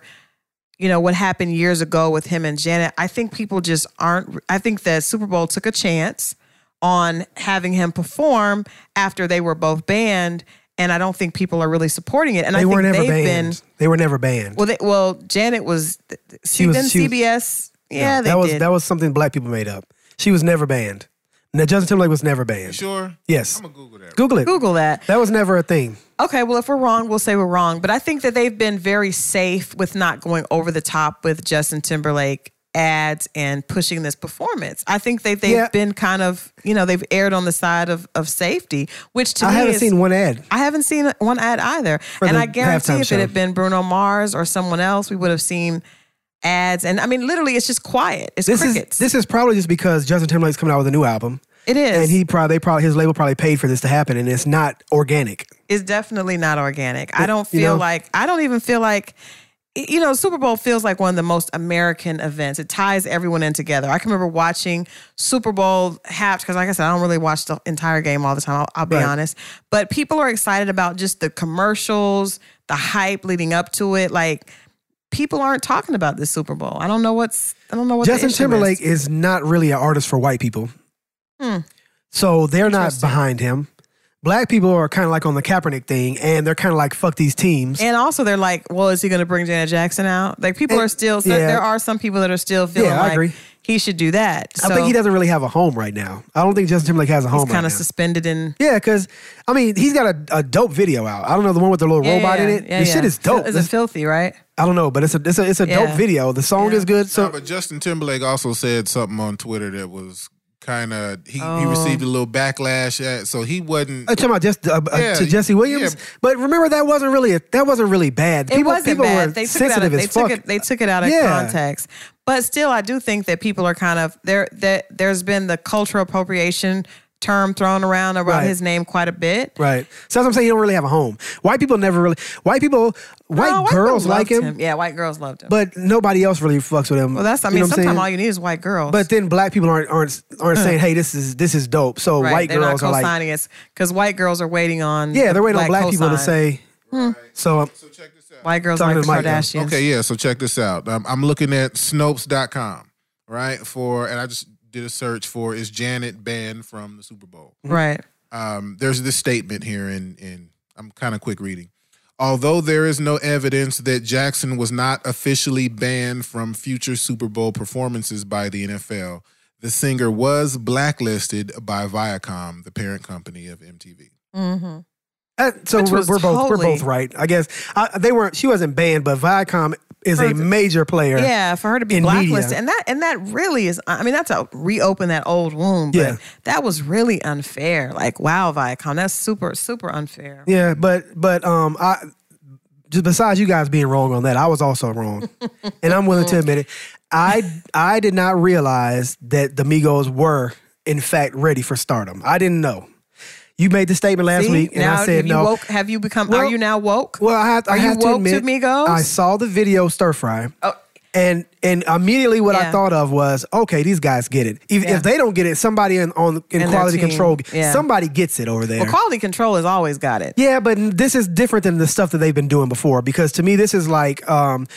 you know what happened years ago with him and Janet. I think people just aren't. I think that Super Bowl took a chance on having him perform after they were both banned, and I don't think people are really supporting it. And I They think were never they've banned. been they were never banned. well. They, well, Janet was. She was- then she was- CBS. Yeah, they that was did. that was something black people made up. She was never banned. Now Justin Timberlake was never banned. Sure. Yes. I'm gonna Google that. Google it. Google that. That was never a thing. Okay, well, if we're wrong, we'll say we're wrong. But I think that they've been very safe with not going over the top with Justin Timberlake ads and pushing this performance. I think that they've Yeah. been kind of, you know, they've erred on the side of, of safety, which to I me haven't is- seen one ad. I haven't seen one ad either. and the I guarantee halftime if it show. had been Bruno Mars or someone else, we would have seen ads. And I mean, literally, it's just quiet. It's This crickets. is this is probably just because Justin Timberlake's coming out with a new album. it is. And he probably they probably his label probably paid for this to happen and it's not organic. is definitely not organic. I don't you feel know? like I don't even feel like you know Super Bowl feels like one of the most American events. It ties everyone in together. I can remember watching Super Bowl half because, like I said, I don't really watch the entire game all the time. I'll, I'll be Right. honest, but people are excited about just the commercials, the hype leading up to it, like. People aren't talking about this Super Bowl. I don't know what's. I don't know what. the Justin issue is. Timberlake is. not really an artist for white people. So they're not Hmm. Interesting. behind him. Black people are kind of like on the Kaepernick thing and they're kind of like fuck these teams. And also, they're like, well, is he going to bring Janet Jackson out? Like, people And- are still, so yeah. there are some people that are still feeling Yeah, I like agree. he should do that. So I think he doesn't really have a home right now. I don't think Justin Timberlake has a home He's right kind now. of suspended in. yeah, because I mean, he's got a, a dope video out. I don't know the one with the little Yeah, robot yeah, in it. yeah, the yeah. shit is dope. Is it filthy, right? I don't know, but it's a it's a, it's a Yeah. dope video. The song is good. Nah, So but Justin Timberlake also said something on Twitter that was kind of he, he Oh. received a little backlash at, so he wasn't. I'm talking about just uh, uh, Yeah, to Jesse Williams, yeah. but remember that wasn't really a, that wasn't really bad. It wasn't bad. they took it out of, they as fuck. Took it, they took it out of Yeah. context. But still, I do think that people are kind of there. That there's been the cultural appropriation term thrown around around Right. his name quite a bit. Right. So that's what I'm saying. You don't really have a home. White people never really. White people, white No, girls people like loved him, Yeah, white girls loved him. but nobody else really fucks with him. well, that's I You mean, know what I'm sometimes saying? all you need is white girls. But then black people aren't aren't aren't saying, "Hey, this is this is dope." So right, white they're girls not are like, co-signing it because white girls are waiting on. yeah, they're waiting on black people to cosign. Hmm. say. So um, so check this out. white girls Talking like the to Mike, though. Kardashians. Okay, yeah. So check this out. Um, I'm looking at Snopes.com, right? For and I just did a search for is Janet banned from the Super Bowl? right. um, there's this statement here, and and I'm kind of quick reading. Although there is no evidence that Jackson was not officially banned from future Super Bowl performances by the NFL, the singer was blacklisted by Viacom, the parent company of MTV. Mm-hmm. uh, so Which we're, was we're both we're totally- both right, I guess. I, they weren't. She wasn't banned, but Viacom is a Heard- major player. Yeah, for her to be in blacklisted, media. and that and that really is. I mean, that's a reopen that old wound. But Yeah. that was really unfair. Like, wow, Viacom, that's super super unfair. Yeah, but but um, I just besides you guys being wrong on that, I was also *laughs* wrong, and I'm willing to admit it. I I did not realize that the Migos were in fact ready for stardom. I didn't know. You made the statement last See? week, and now, I said have you no. woke? Have you become? are Well- you now woke? well, I have, are I you have to woke admit, to Migos? I saw the video stir fry. Oh. And and immediately what I Yeah. thought of was okay these guys get it if, Yeah. if they don't get it somebody in on in, their quality team. control Yeah. somebody gets it over there well, quality control has always got it. yeah, but this is different than the stuff that they've been doing before because to me this is like um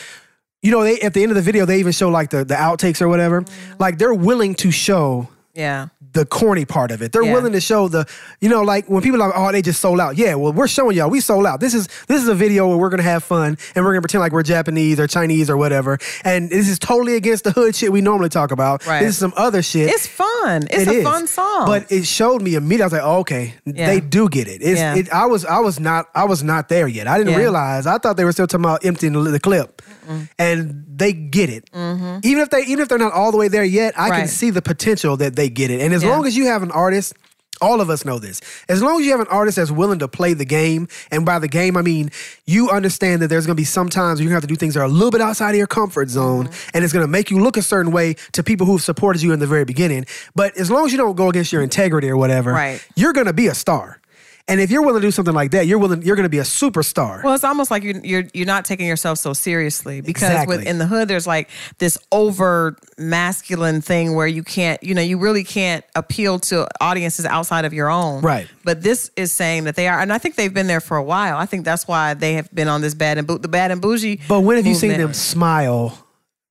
you know they at the end of the video they even show like the the outtakes or whatever. Mm-hmm. Like they're willing to show Yeah, the corny part of it. They're Yeah. willing to show the you know like when people are like oh they just sold out. Yeah, well we're showing y'all we sold out. This is this is a video where we're going to have fun and we're going to pretend like we're Japanese or Chinese or whatever. And this is totally against the hood shit we normally talk about. Right. This is some other shit. it's fun. fun. It's It a is. fun song. But it showed me immediately. I was like, oh, okay, Yeah. they do get it. It's, Yeah. it. I was I was not I was not there yet. I didn't Yeah. realize. I thought they were still talking about emptying the, the clip, and they get it. Mm-hmm. Even if they even if they're not all the way there yet, I can Right. see the potential that they get it. And as Yeah. long as you have an artist. All of us know this. As long as you have an artist that's willing to play the game, and by the game I mean you understand that there's going to be some times where you have to do things that are a little bit outside of your comfort zone, Mm-hmm. and it's going to make you look a certain way to people who've supported you in the very beginning. But as long as you don't go against your integrity or whatever, Right. you're going to be a star. And if you're willing to do something like that, you're willing you're going to be a superstar. Well, it's almost like you're you're, you're not taking yourself so seriously because Exactly. within the hood, there's like this over masculine thing where you can't, you know, you really can't appeal to audiences outside of your own. Right. But this is saying that they are, and I think they've been there for a while. I think that's why they have been on this bad and boo- the bad and bougie. but when have you seen movement. them smile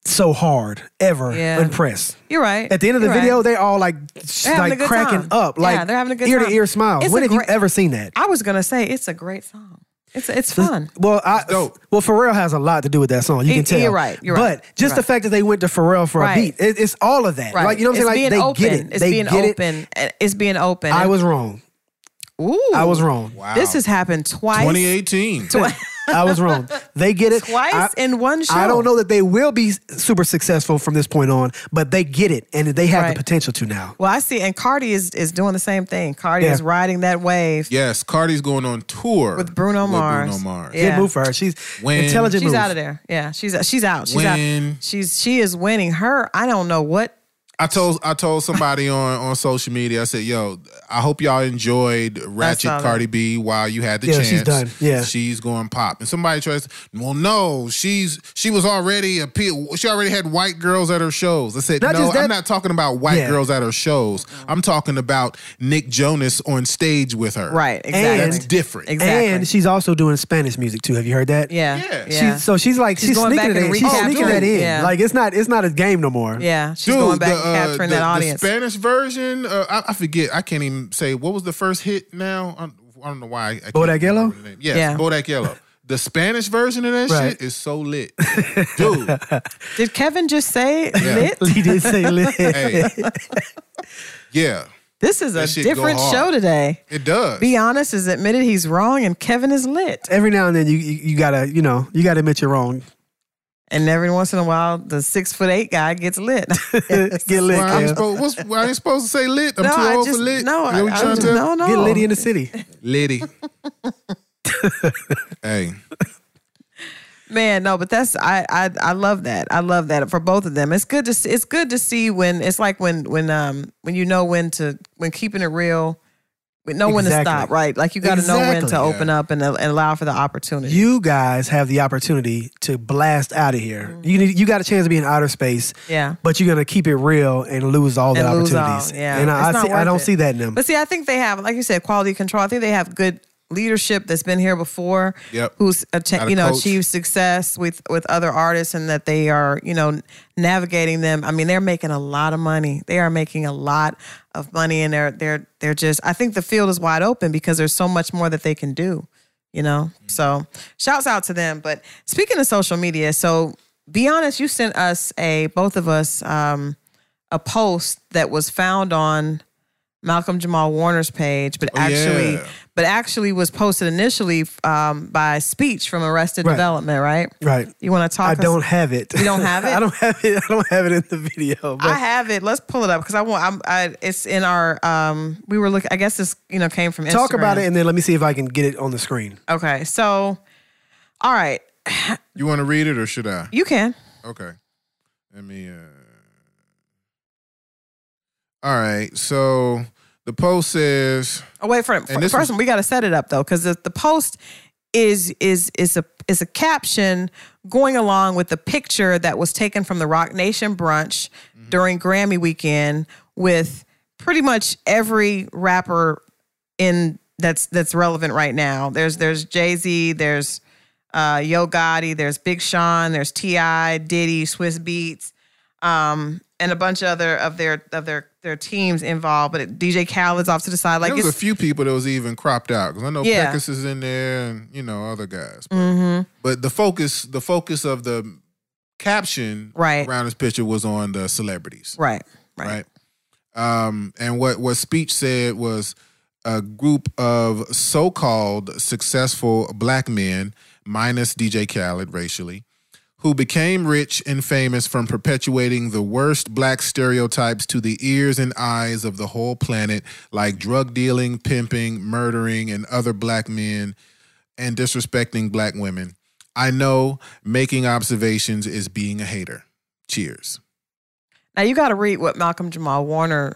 so hard ever Yeah. in press? You're right. At the end of the You're right. video, they're all like, sh- They're having a like good cracking time. up, Yeah, like they're having a good ear to time. ear smiles. It's when a have you great- ever seen that? I was gonna say it's a great song. It's it's fun. Well, I dope. well Pharrell has a lot to do with that song. You Y- can tell. you're right, you're but right, just you're the right. fact that they went to Pharrell for Right. a beat, it, it's all of that. Like you know what I'm saying? It's Like being they open. get it. It's they being get it. open. It's being open. I was wrong. Ooh. I was wrong. Wow. This has happened twice. 2018. I was wrong. They get it *laughs* Twice I- in one show. I don't know that they will be super successful from this point on, but they get it and they have Right. the potential to now. Well, I see, and Cardi is is doing the same thing. Cardi Yeah. is riding that wave. Yes, Cardi's going on tour With Bruno Mars. Bruno Mars. Yeah. Good move for her. She's When- intelligent. She's move. out of there. Yeah, she's she's out. She's When- out. She's she is winning her. I don't know what. I told I told somebody *laughs* on on social media. I said, "Yo, I hope y'all enjoyed Ratchet saw that. Cardi B while you had the Yeah, chance. she's done. Yeah. she's going pop." And somebody tries, "Well, no, she's she was already a pe- she already had white girls at her shows." I said, Not "No, just that- I'm not talking about white Yeah. girls at her shows. I'm talking about Nick Jonas on stage with her. Right. Exactly. That's different. Exactly. And she's also doing Spanish music too. Have you heard that? yeah. Yeah. Yeah. She's, So she's like she's, going sneaking back it and in. She's recapturing- sneaking that in. Yeah. Like it's not it's not a game no more. *laughs* yeah. She's going back uh, and capturing the- that the audience. Spanish version, uh, I, I forget. I can't even say what was the first hit. Now I, I don't know why. I, I can't Bodak Yellow? remember the name. Yes, Yeah. Bodak Yellow. The Spanish version of that Right. shit is so lit, dude. *laughs* Did Kevin just say lit? He did say lit. hey, yeah, This is a That shit go different hard. show today. it does. Be honest has admitted he's wrong, and Kevin is lit. Every now and then you, you you gotta you know you gotta admit you're wrong. And every once in a while, the six foot eight guy gets lit. *laughs* Get lit. Why I, Kev. ain't supposed, what's, why I ain't supposed to say lit. I'm no, too I old just for lit. no, You I, know what I you trying just, to tell me? no, no. Get litty in the city. *laughs* Liddy. hey, Man, no, but that's I, I I love that. I love that for both of them. It's good to see, it's good to see when it's like when when um when you know when to when keeping it real, when know when to Exactly. stop, right? Like you got to know when Exactly. to open up and, and allow for the opportunity. you guys have the opportunity to blast out of here. You need, you got a chance to be in outer space. Mm-hmm. Yeah. But you're gonna keep it real and lose all the And lose all, opportunities. yeah. And I, It's I, not see, I worth don't it. see that in them. But see, I think they have, like you said, quality control. I think they have good leadership that's been here before. Yep. Who's atta- Got a you know coach. achieved success with with other artists, and that they are you know navigating them. I mean, they're making a lot of money. They are making a lot of money, and they're they're they're just. I think the field is wide open because there's so much more that they can do. You know, Mm-hmm. so shouts out to them. But speaking of social media, so be honest, you sent us a both of us um, a post that was found on Malcolm Jamal Warner's page, but Oh, actually, yeah. but actually was posted initially um, by speech from Arrested Right. Development, right? right. You want to talk? I us- don't have it. You *laughs* don't have it? I don't have it. I don't have it in the video. But I have it. Let's pull it up because I want. I'm, I, it's in our. Um, we were looking. I guess this you know came from talk about Instagram. it and then let me see if I can get it on the screen. Okay, so all right, you want to read it or should I? you can. Okay. Let me uh All right. So the post says Oh wait for, for this first one, we got to set it up though because the, the post is is is a is a caption going along with the picture that was taken from the Rock Nation brunch Mm-hmm. during Grammy weekend with pretty much every rapper in that's that's relevant right now. There's there's Jay Z, there's uh, Yo Gotti, there's Big Sean, there's Ti, Diddy, Swiss Beats, um, and a bunch of other of their of their their teams involved. But it, DJ Khaled's off to the side, like there was a it's few people that was even cropped out because I know Yeah. Mm-hmm. Peckus is in there and you know other guys. But, but the focus, the focus of the caption Right. around this picture was on the celebrities, right, right? right, Um, and what, what speech said was a group of so called successful black men, minus DJ Khaled racially, who became rich and famous from perpetuating the worst black stereotypes to the ears and eyes of the whole planet, like drug dealing, pimping, murdering, and other black men, and disrespecting black women. I know making observations is being a hater. Cheers. Now you got to read what Malcolm Jamal Warner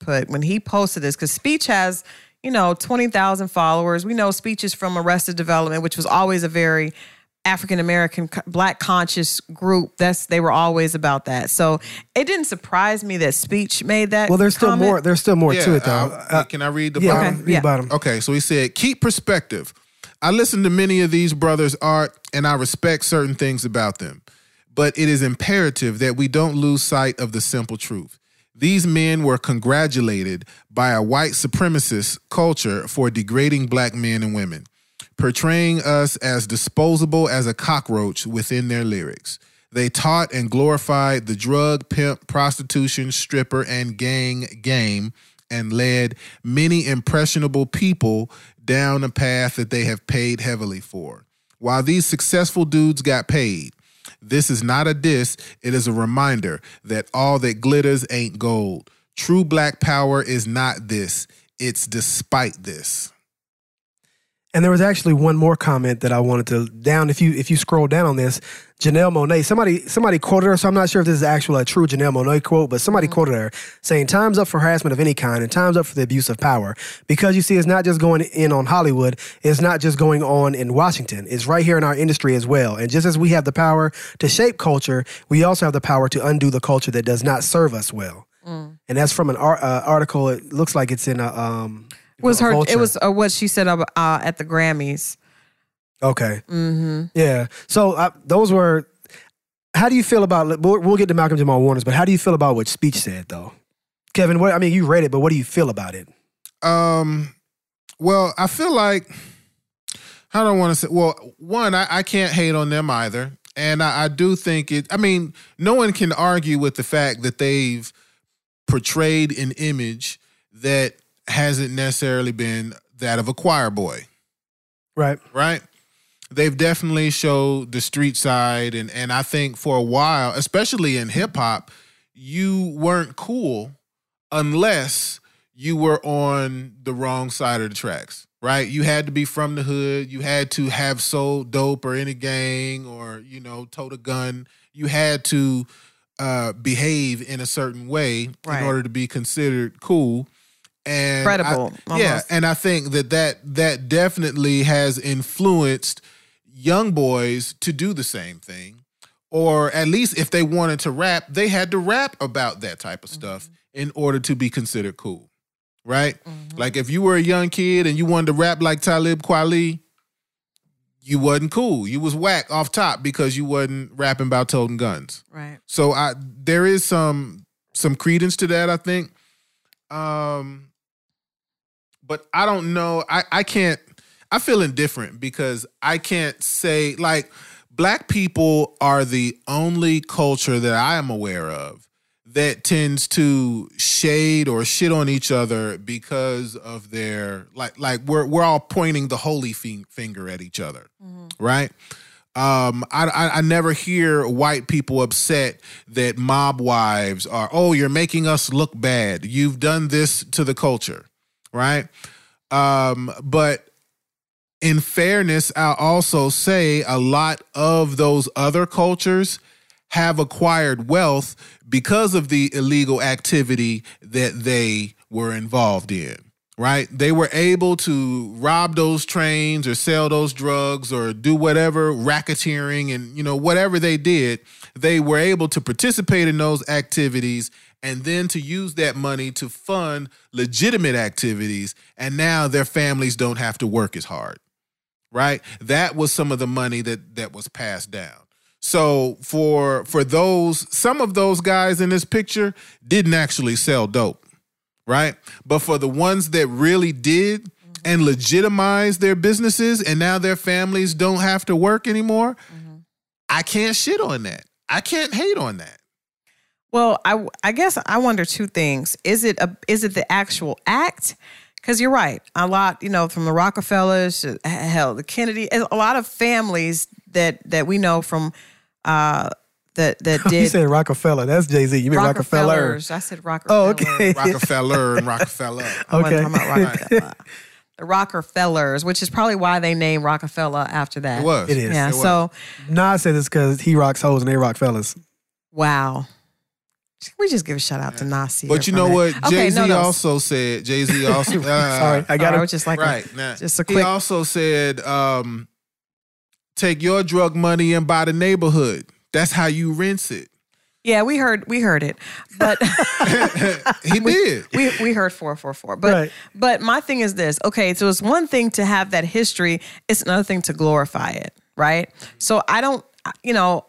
put when he posted this because Speech has, you know, twenty thousand followers. We know Speech is from Arrested Development, which was always a very African American co- black conscious group. That's they were always about that. So it didn't surprise me that Speech made that. Well, there's still comment. more. There's still more Yeah, to it, though. uh, Uh, can I read the yeah, bottom? read yeah. bottom. Okay, so he said, keep perspective. I listen to many of these brothers' art and I respect certain things about them, but it is imperative that we don't lose sight of the simple truth. These men were congratulated by a white supremacist culture for degrading black men and women, portraying us as disposable as a cockroach within their lyrics. They taught and glorified the drug, pimp, prostitution, stripper, and gang game and led many impressionable people down a path that they have paid heavily for. While these successful dudes got paid, this is not a diss, it is a reminder that all that glitters ain't gold. True black power is not this, it's despite this. And there was actually one more comment that I wanted to down. If you if you scroll down on this, Janelle Monet, somebody somebody quoted her. So I'm not sure if this is actual a true Janelle Monet quote, but Mm-hmm. somebody quoted her saying, "Times up for harassment of any kind, and times up for the abuse of power." Because you see, it's not just going in on Hollywood. It's not just going on in Washington. It's right here in our industry as well. And just as we have the power to shape culture, we also have the power to undo the culture that does not serve us well. Mm. And that's from an ar- uh, article. It looks like it's in a um, was her. It Vulture. was uh, what she said about, uh, at the Grammys. Okay. Mm-hmm. Yeah. So I, those were. How do you feel about? We'll, we'll get to Malcolm Jamal Warner's, but how do you feel about what Speech said though? Kevin, what I mean, you read it, but what do you feel about it? Um, well, I feel like I don't want to say. Well, one, I, I can't hate on them either, and I, I do think it. I mean, no one can argue with the fact that they've portrayed an image that hasn't necessarily been that of a choir boy Right. *laughs* right? They've definitely showed the street side, and and I think for a while, especially in hip hop, you weren't cool unless you were on the wrong side of the tracks, right? You had to be from the hood, you had to have sold dope or in a gang or you know tote a gun, you had to uh, behave in a certain way Right. in order to be considered cool and I- Credible, yeah, almost. and I think that that that definitely has influenced young boys to do the same thing, or at least if they wanted to rap, they had to rap about that type of stuff Mm-hmm. in order to be considered cool, right? Like if you were a young kid and you wanted to rap like Talib Kweli. You wasn't cool. You was whack off top because you wasn't rapping about toting guns. Right. So I there is some some credence to that, I think. Um but I don't know. I I can't I feel indifferent because I can't say like black people are the only culture that I am aware of that tends to shade or shit on each other because of their like like we're we're all pointing the holy fin- finger at each other. Right? Um, I, I I never hear white people upset that mob wives are. Oh, you're making us look bad. You've done this to the culture, right? Um, but in fairness, I'll also say a lot of those other cultures have acquired wealth because of the illegal activity that they were involved in, right? They were able to rob those trains or sell those drugs or do whatever racketeering and, you know, whatever they did, they were able to participate in those activities and then to use that money to fund legitimate activities. And now their families don't have to work as hard right that was some of the money that that was passed down so for for those some of those guys in this picture didn't actually sell dope right but for the ones that really did and legitimized their businesses and now their families don't have Mm-hmm. to work anymore i can't shit on that i can't hate on that Well, I I guess I wonder two things. Is it a is it the actual act? Because you're right, a lot you know from the Rockefellers, to, hell, the Kennedy, a lot of families that that we know from uh, that that *laughs* You did said Rockefeller. That's Jay Z. You mean Rockefeller? Rockefellers. I said Rockefeller. Oh, okay. Rockefeller and *laughs* Rockefeller. I wasn't Okay. talking about *laughs* Rockefeller. the Rockefellers, which is probably why they named Rockefeller after that. It was. It is. Yeah. It was. so Nas said this because he rocks hoes and they rock fellas. wow. We just give a shout out to Nasi. But you know what? Jay Z also said. Jay Z also. uh, *laughs* Sorry, I I got got. Oh, I to was just like, right now. just a He quick. also said, um, "Take your drug money and buy the neighborhood. That's how you rinse *laughs* it." Yeah, we heard we heard it, *laughs* but he did. we we heard four four four. But Right. but my thing is this. Okay, so it's one thing to have that history. It's another thing to glorify it, right? So I don't, you know.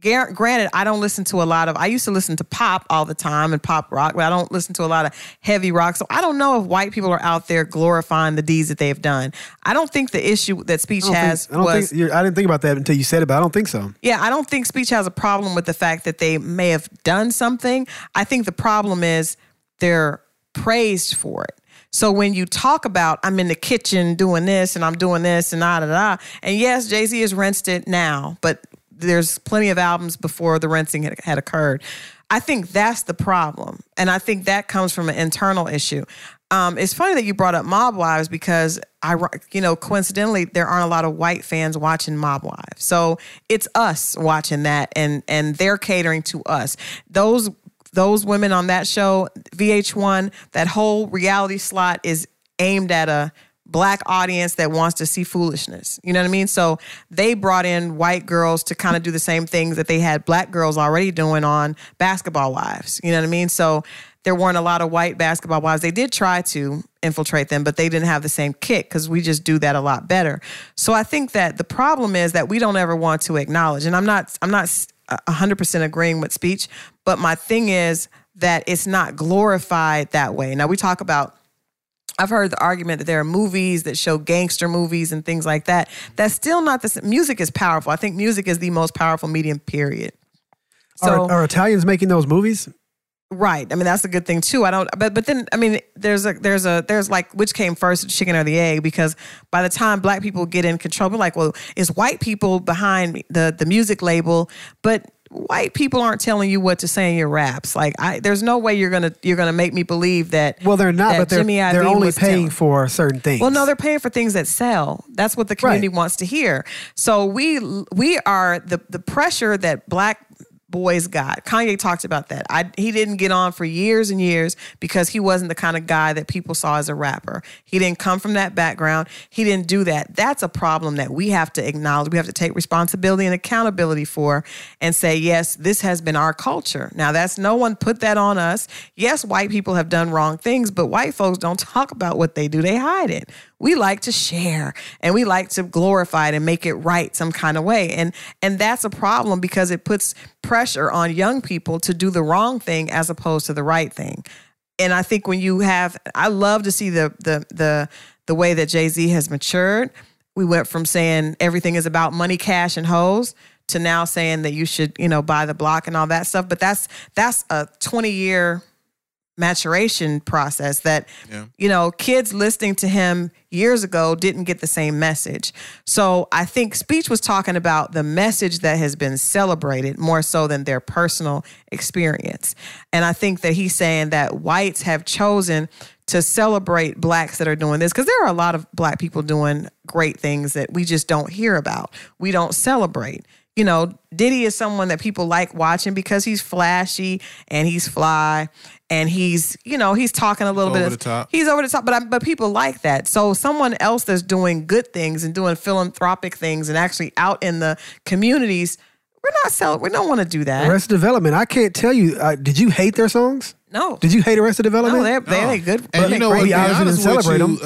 gar- Granted, I don't listen to a lot of. I used to listen to pop all the time and pop rock, but I don't listen to a lot of heavy rock. So I don't know if white people are out there glorifying the deeds that they've done. I don't think the issue that speech I don't has think- I, don't was think, you're, I didn't think about that until you said it, but I don't think so. yeah, I don't think speech has a problem with the fact that they may have done something. I think the problem is they're praised for it. So when you talk about I'm in the kitchen doing this and I'm doing this and da da da, and yes, Jay Z has rinsed it now, but there's plenty of albums before the rinsing had, had occurred. I think that's the problem, and I think that comes from an internal issue. Um, it's funny that you brought up Mob Wives because I, you know, coincidentally, there aren't a lot of white fans watching Mob Wives, so it's us watching that, and and they're catering to us. Those those women on that show, VH1, that whole reality slot is aimed at a black audience that wants to see foolishness. You know what I mean? So they brought in white girls to kind of do the same things that they had black girls already doing on basketball wives. You know what I mean? So there weren't a lot of white basketball wives. They did try to infiltrate them, but they didn't have the same kick because we just do that a lot better. So I think that the problem is that we don't ever want to acknowledge. And I'm not I'm not s- 100% agreeing with speech, but my thing is that it's not glorified that way. Now we talk about I've heard the argument that there are movies that show gangster movies and things like that. That's still not the s- music is powerful. I think music is the most powerful medium. Period. So are, are Italians making those movies? right. I mean that's a good thing too. I don't. But but then I mean there's a there's a there's like which came first, the chicken or the egg? Because by the time black people get in control, we're like, well, it's white people behind the the music label, but white people aren't telling you what to say in your raps. Like I there's no way you're gonna you're gonna make me believe that. Well, they're not, that but they're, Jimmy they're Iovine only was paying telling- for certain things. Well, no, they're paying for things that sell. That's what the community Right. wants to hear. So we we are the the pressure that black boys got. Kanye talked about that. I he didn't get on for years and years because he wasn't the kind of guy that people saw as a rapper. He didn't come from that background. He didn't do that. That's a problem that we have to acknowledge. We have to take responsibility and accountability for and say, yes, this has been our culture. Now that's no one put that on us. Yes, white people have done wrong things, but white folks don't talk about what they do. They hide it. We like to share and we like to glorify it and make it right some kind of way. And and that's a problem because it puts pressure on young people to do the wrong thing as opposed to the right thing. And I think when you have I love to see the the the the way that Jay-Z has matured. We went from saying everything is about money, cash, and hoes to now saying that you should, you know, buy the block and all that stuff. But that's that's a 20 year maturation process that you know kids listening to him years ago didn't get the same message so i think speech was talking about the message that has been celebrated more so than their personal experience and i think that he's saying that whites have chosen to celebrate blacks that are doing this because there are a lot of black people doing great things that we just don't hear about we don't celebrate you know, Diddy is someone that people like watching because he's flashy and he's fly and he's, you know, he's talking a little Over bit the of top. he's over the top, but I, but people like that. So someone else that's doing good things and doing philanthropic things and actually out in the communities, we're not selling. We don't want to do that. Arrested Development. I can't tell you. Uh, did you hate their songs? no, Did you hate Arrested no, Development? they're they're No. good. And they're you know great. what? To be albums and honest with celebrate you,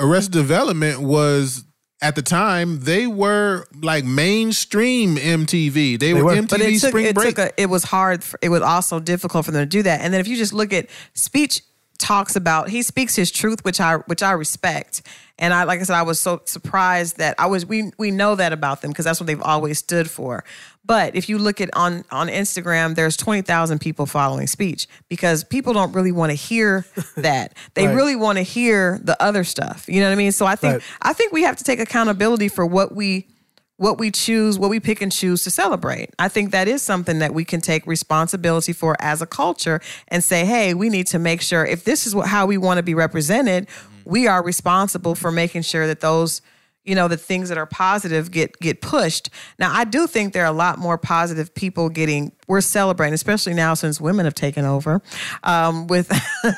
uh, Arrested Development was at the time they were like mainstream MTV. They, were, were. MTV But But it took, Spring it Break. took a, it was hard. For, it was also difficult for them to do that. And then if you just look at speech talks about he speaks his truth, which I which I respect. And I like I said, I was so surprised that I was we we know that about them because that's what they've always stood for. But if you look at on on Instagram, there's twenty thousand people following speech because people don't really want to hear that. They Right. really want to hear the other stuff. You know what I mean? So I think Right. I think we have to take accountability for what we what we choose, what we pick and choose to celebrate. I think that is something that we can take responsibility for as a culture and say, hey, we need to make sure if this is what, how we want to be represented, we are responsible for making sure that those, you know, the things that are positive get get pushed. Now, I do think there are a lot more positive people getting. We're celebrating, especially now since women have taken over, um, with *laughs*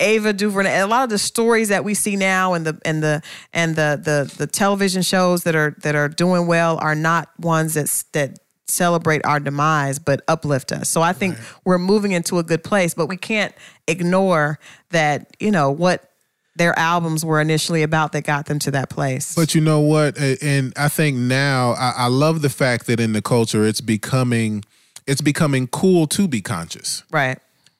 Ava DuVernay. And a lot of the stories that we see now and the and the and the the the television shows that are that are doing well are not ones that s- that celebrate our demise but uplift us. So I think we're moving into a good place, but we can't ignore that you know what their albums were initially about that got them to that place. But you know what? A- And I think now I, I love the fact that in the culture it's becoming it's becoming cool to be conscious. right.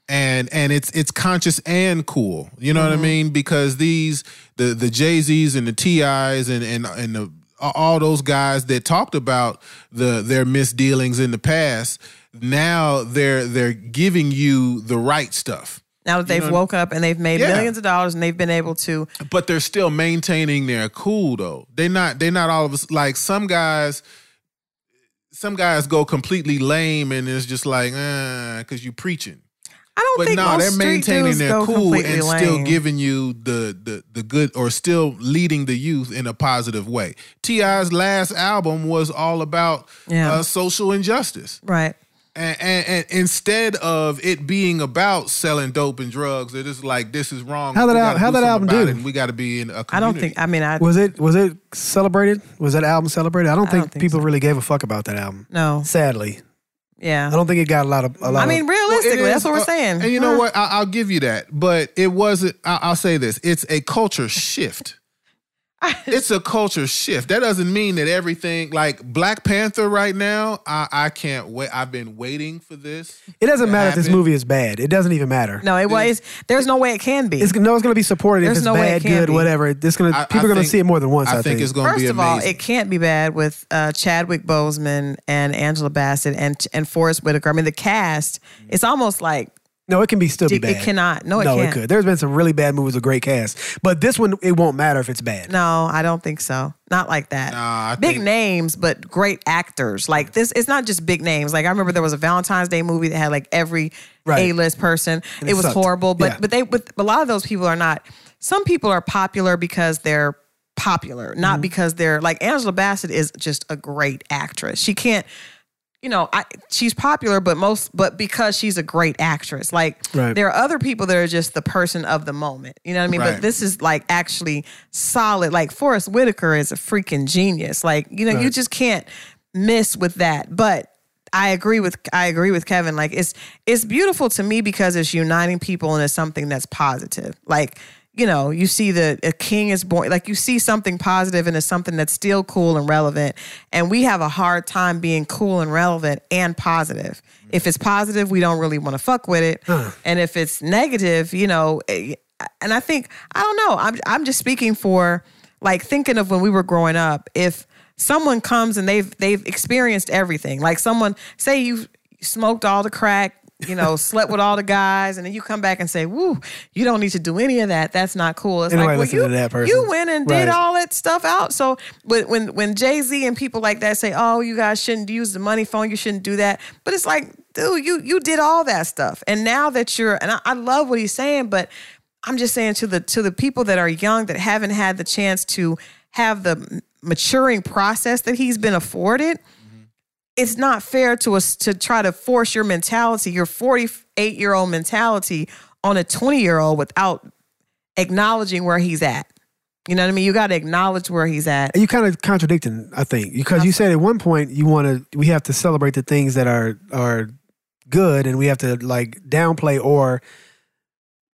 and and it's it's conscious and cool. You know what I mean? Because these the the Jay Z's and the Ti's and and and the all those guys that talked about the their misdealings in the past, now they're they're giving you the right stuff, Now that they've woke up and they've made Yeah. millions of dollars and they've been able to but they're still maintaining their cool though. They're not they're not all of us like some guys. Some guys go completely lame and it's just like, because you preaching. I don't but think no, most they're street maintaining dudes their go cool completely and lame. still giving you the the the good or still leading the youth in a positive way. Ti's last album was all about Yeah. uh, social injustice, right. and, and, and instead of it being about selling dope and drugs, it is like this is wrong. How that We al- gotta how that something album about do? it, and we got to be in a community. I don't think. I mean, I Was it was it celebrated? Was that album celebrated? I don't think, don't think people really gave a fuck about that album. no. Sadly, Yeah. I don't think it got a lot of a lot. I mean, of, Well, it realistically, that's is, what we're uh, saying. And you know Huh. what? I, I'll give you that. But it wasn't. I, I'll say this: it's a culture *laughs* shift. it's a culture shift. That doesn't mean that everything like Black Panther right now. I, I can't wait. I've been waiting for this. it doesn't matter if this happened. movie is bad. It doesn't even matter. No, it was. There's no way it can be. It's no, it's gonna be supported if There's it's no way bad, it can good, be. whatever. It's gonna I- people I are gonna think- see it more than once. I, I, think, it's going to First be of all, amazing. it can't be bad with uh, Chadwick Boseman and Angela Bassett and and Forrest Whitaker. I mean, the cast. It's almost like no, it can be still be It- bad. it cannot. No, it no, can't. could. There's been some really bad movies with great cast, but this one it won't matter if it's bad. no, I don't think so. Not like that. Nah, I big think- names, but great actors. Like this, it's not just big names. Like I remember there was a Valentine's Day movie that had like every Right. A-list person. And it it was sucked. horrible, but Yeah. but they but a lot of those people are not. Some people are popular because they're popular, Mm-hmm. not because they're like Angela Bassett is just a great actress. She can't you know, I, she's popular, but most, but because she's a great actress, like Right. there are other people that are just the person of the moment. You know what I mean? But Right. this is like actually solid. Like Forrest Whitaker is a freaking genius. Like you know, you just can't miss with that. But I agree with I agree with Kevin. Like it's it's beautiful to me because it's uniting people and it's something that's positive. Like you know, you see the a king is born. Like you see something positive and it's something that's still cool and relevant. And we have a hard time being cool and relevant and positive. If it's positive, we don't really want to fuck with it. And if it's negative, you know, eh, and I think I don't know. I'm I'm just speaking for like thinking of when we were growing up. If someone comes and they've they've experienced everything, like someone say you smoked all the crack, you know, *laughs* slept with all the guys, and then you come back and say, "Woo, you don't need to do any of that. That's not cool." It's Ain't like, nobody well, listening you, to that person. you went and did Right. all that stuff out. So when when when Jay Z and people like that say, "Oh, you guys shouldn't use the money phone. You shouldn't do that," but it's like, dude, you you did all that stuff, and now that you're, and I, I love what he's saying, but I'm just saying to the to the people that are young that haven't had the chance to have the maturing process that he's been afforded it's not fair to us to try to force your mentality, your 48 year old mentality on a 20 year old without acknowledging where he's at. You know what I mean? You got to acknowledge where he's at. And you kind of contradicting, I think, because you said at one point you want to. We have to celebrate the things that are are good, and we have to like downplay or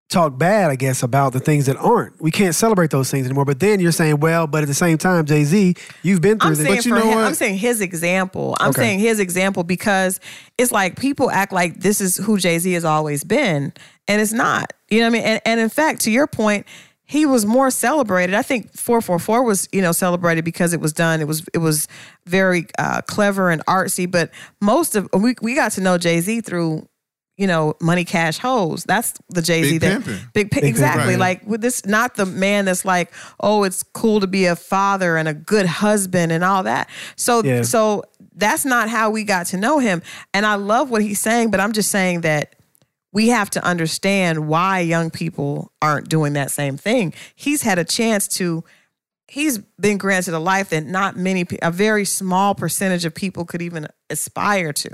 talk bad, I guess, about the things that aren't. We can't celebrate those things anymore. But then you're saying, well, but at the same time, Jay Z, you've been through I'm this. saying But you for know him, what? I'm saying his example. I'm Okay. saying his example because it's like people act like this is who Jay Z has always been, and it's not. You know what I mean? And, and in fact, to your point, he was more celebrated. I think 444 was you know celebrated because it was done. It was it was very uh, clever and artsy. But most of we we got to know Jay Z through. You know, money cash hoes. That's the Jay Big Z that Pimpin'. big, Pim- exactly Right. like like with this not the man that's like oh it's cool to be a father and a good husband and all that so Yeah. so that's not how we got to know him and i love what he's saying but i'm just saying that we have to understand why young people aren't doing that same thing he's had a chance to he's been granted a life that not many pe- a very small percentage of people could even aspire to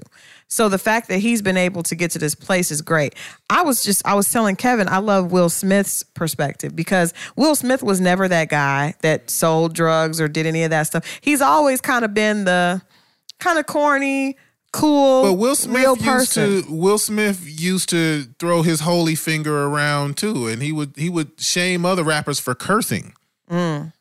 so the fact that he's been able to get to this place is great i was just i was telling kevin i love will smith's perspective because will smith was never that guy that sold drugs or did any of that stuff he's always kind of been the kind of corny cool But Will Smith real used person to Will Smith used to throw his holy finger around too, and he would he would shame other rappers for cursing. Mm.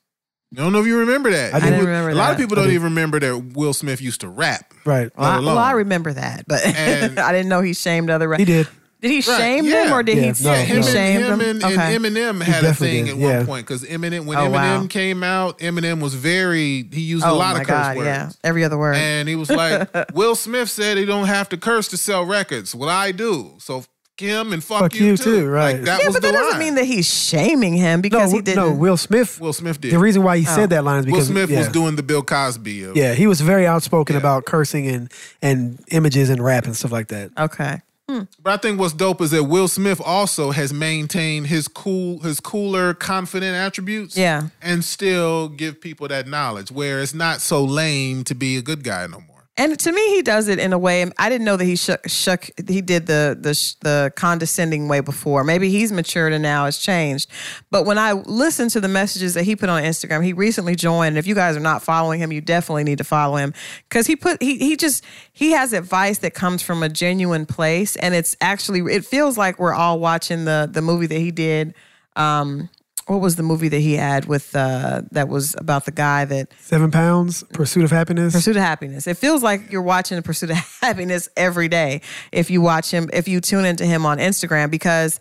I don't know if you remember that. I He didn't would- remember A lot of that. people don't even remember that Will Smith used to rap. right. well, I, let well, I alone. remember that but *laughs* And- i didn't know he shamed other ra- He did. did he Right, shame yeah. them or did Yeah, he, no, yeah, him, he no. shamed and, him them? and, Okay. and Eminem had a definitely thing did, at one yeah. point because Eminem when Oh, Eminem wow. Oh, came out, Eminem was very he used a lot of curse words. yeah. Every other word. And he was like, Will Smith said he don't have to curse to sell records. Well, I do. So f- him and fuck, Fuck you too, right. Like, that yeah, was but that the doesn't line. mean that he's shaming him because no, he didn't. Oh. no, Will Smith. Will Smith did. The reason why he said that line is Will because Smith yeah. was doing the Bill Cosby of Yeah, he was very outspoken about cursing and and images and rap and stuff like that. okay. But I think what's dope is that Will Smith also has maintained his cool, his cooler, confident attributes. Yeah. and still give people that knowledge where it's not so lame to be a good guy no more. And to me, he does it in a way. I didn't know that he shook, shook he did the the sh- the condescending way before. Maybe he's matured and now it's changed. But when I listen to the messages that he put on Instagram, he recently joined. If you guys are not following him, you definitely need to follow him because he put he he just he has advice that comes from a genuine place, and it's actually it feels like we're all watching the the movie that he did. Um, what was the movie that he had with uh, that was about the guy that Seven pounds, pursuit of happiness. Pursuit of Happiness. It feels like you're watching the Pursuit of *laughs* Happiness every day if you watch him, if you tune into him on Instagram, because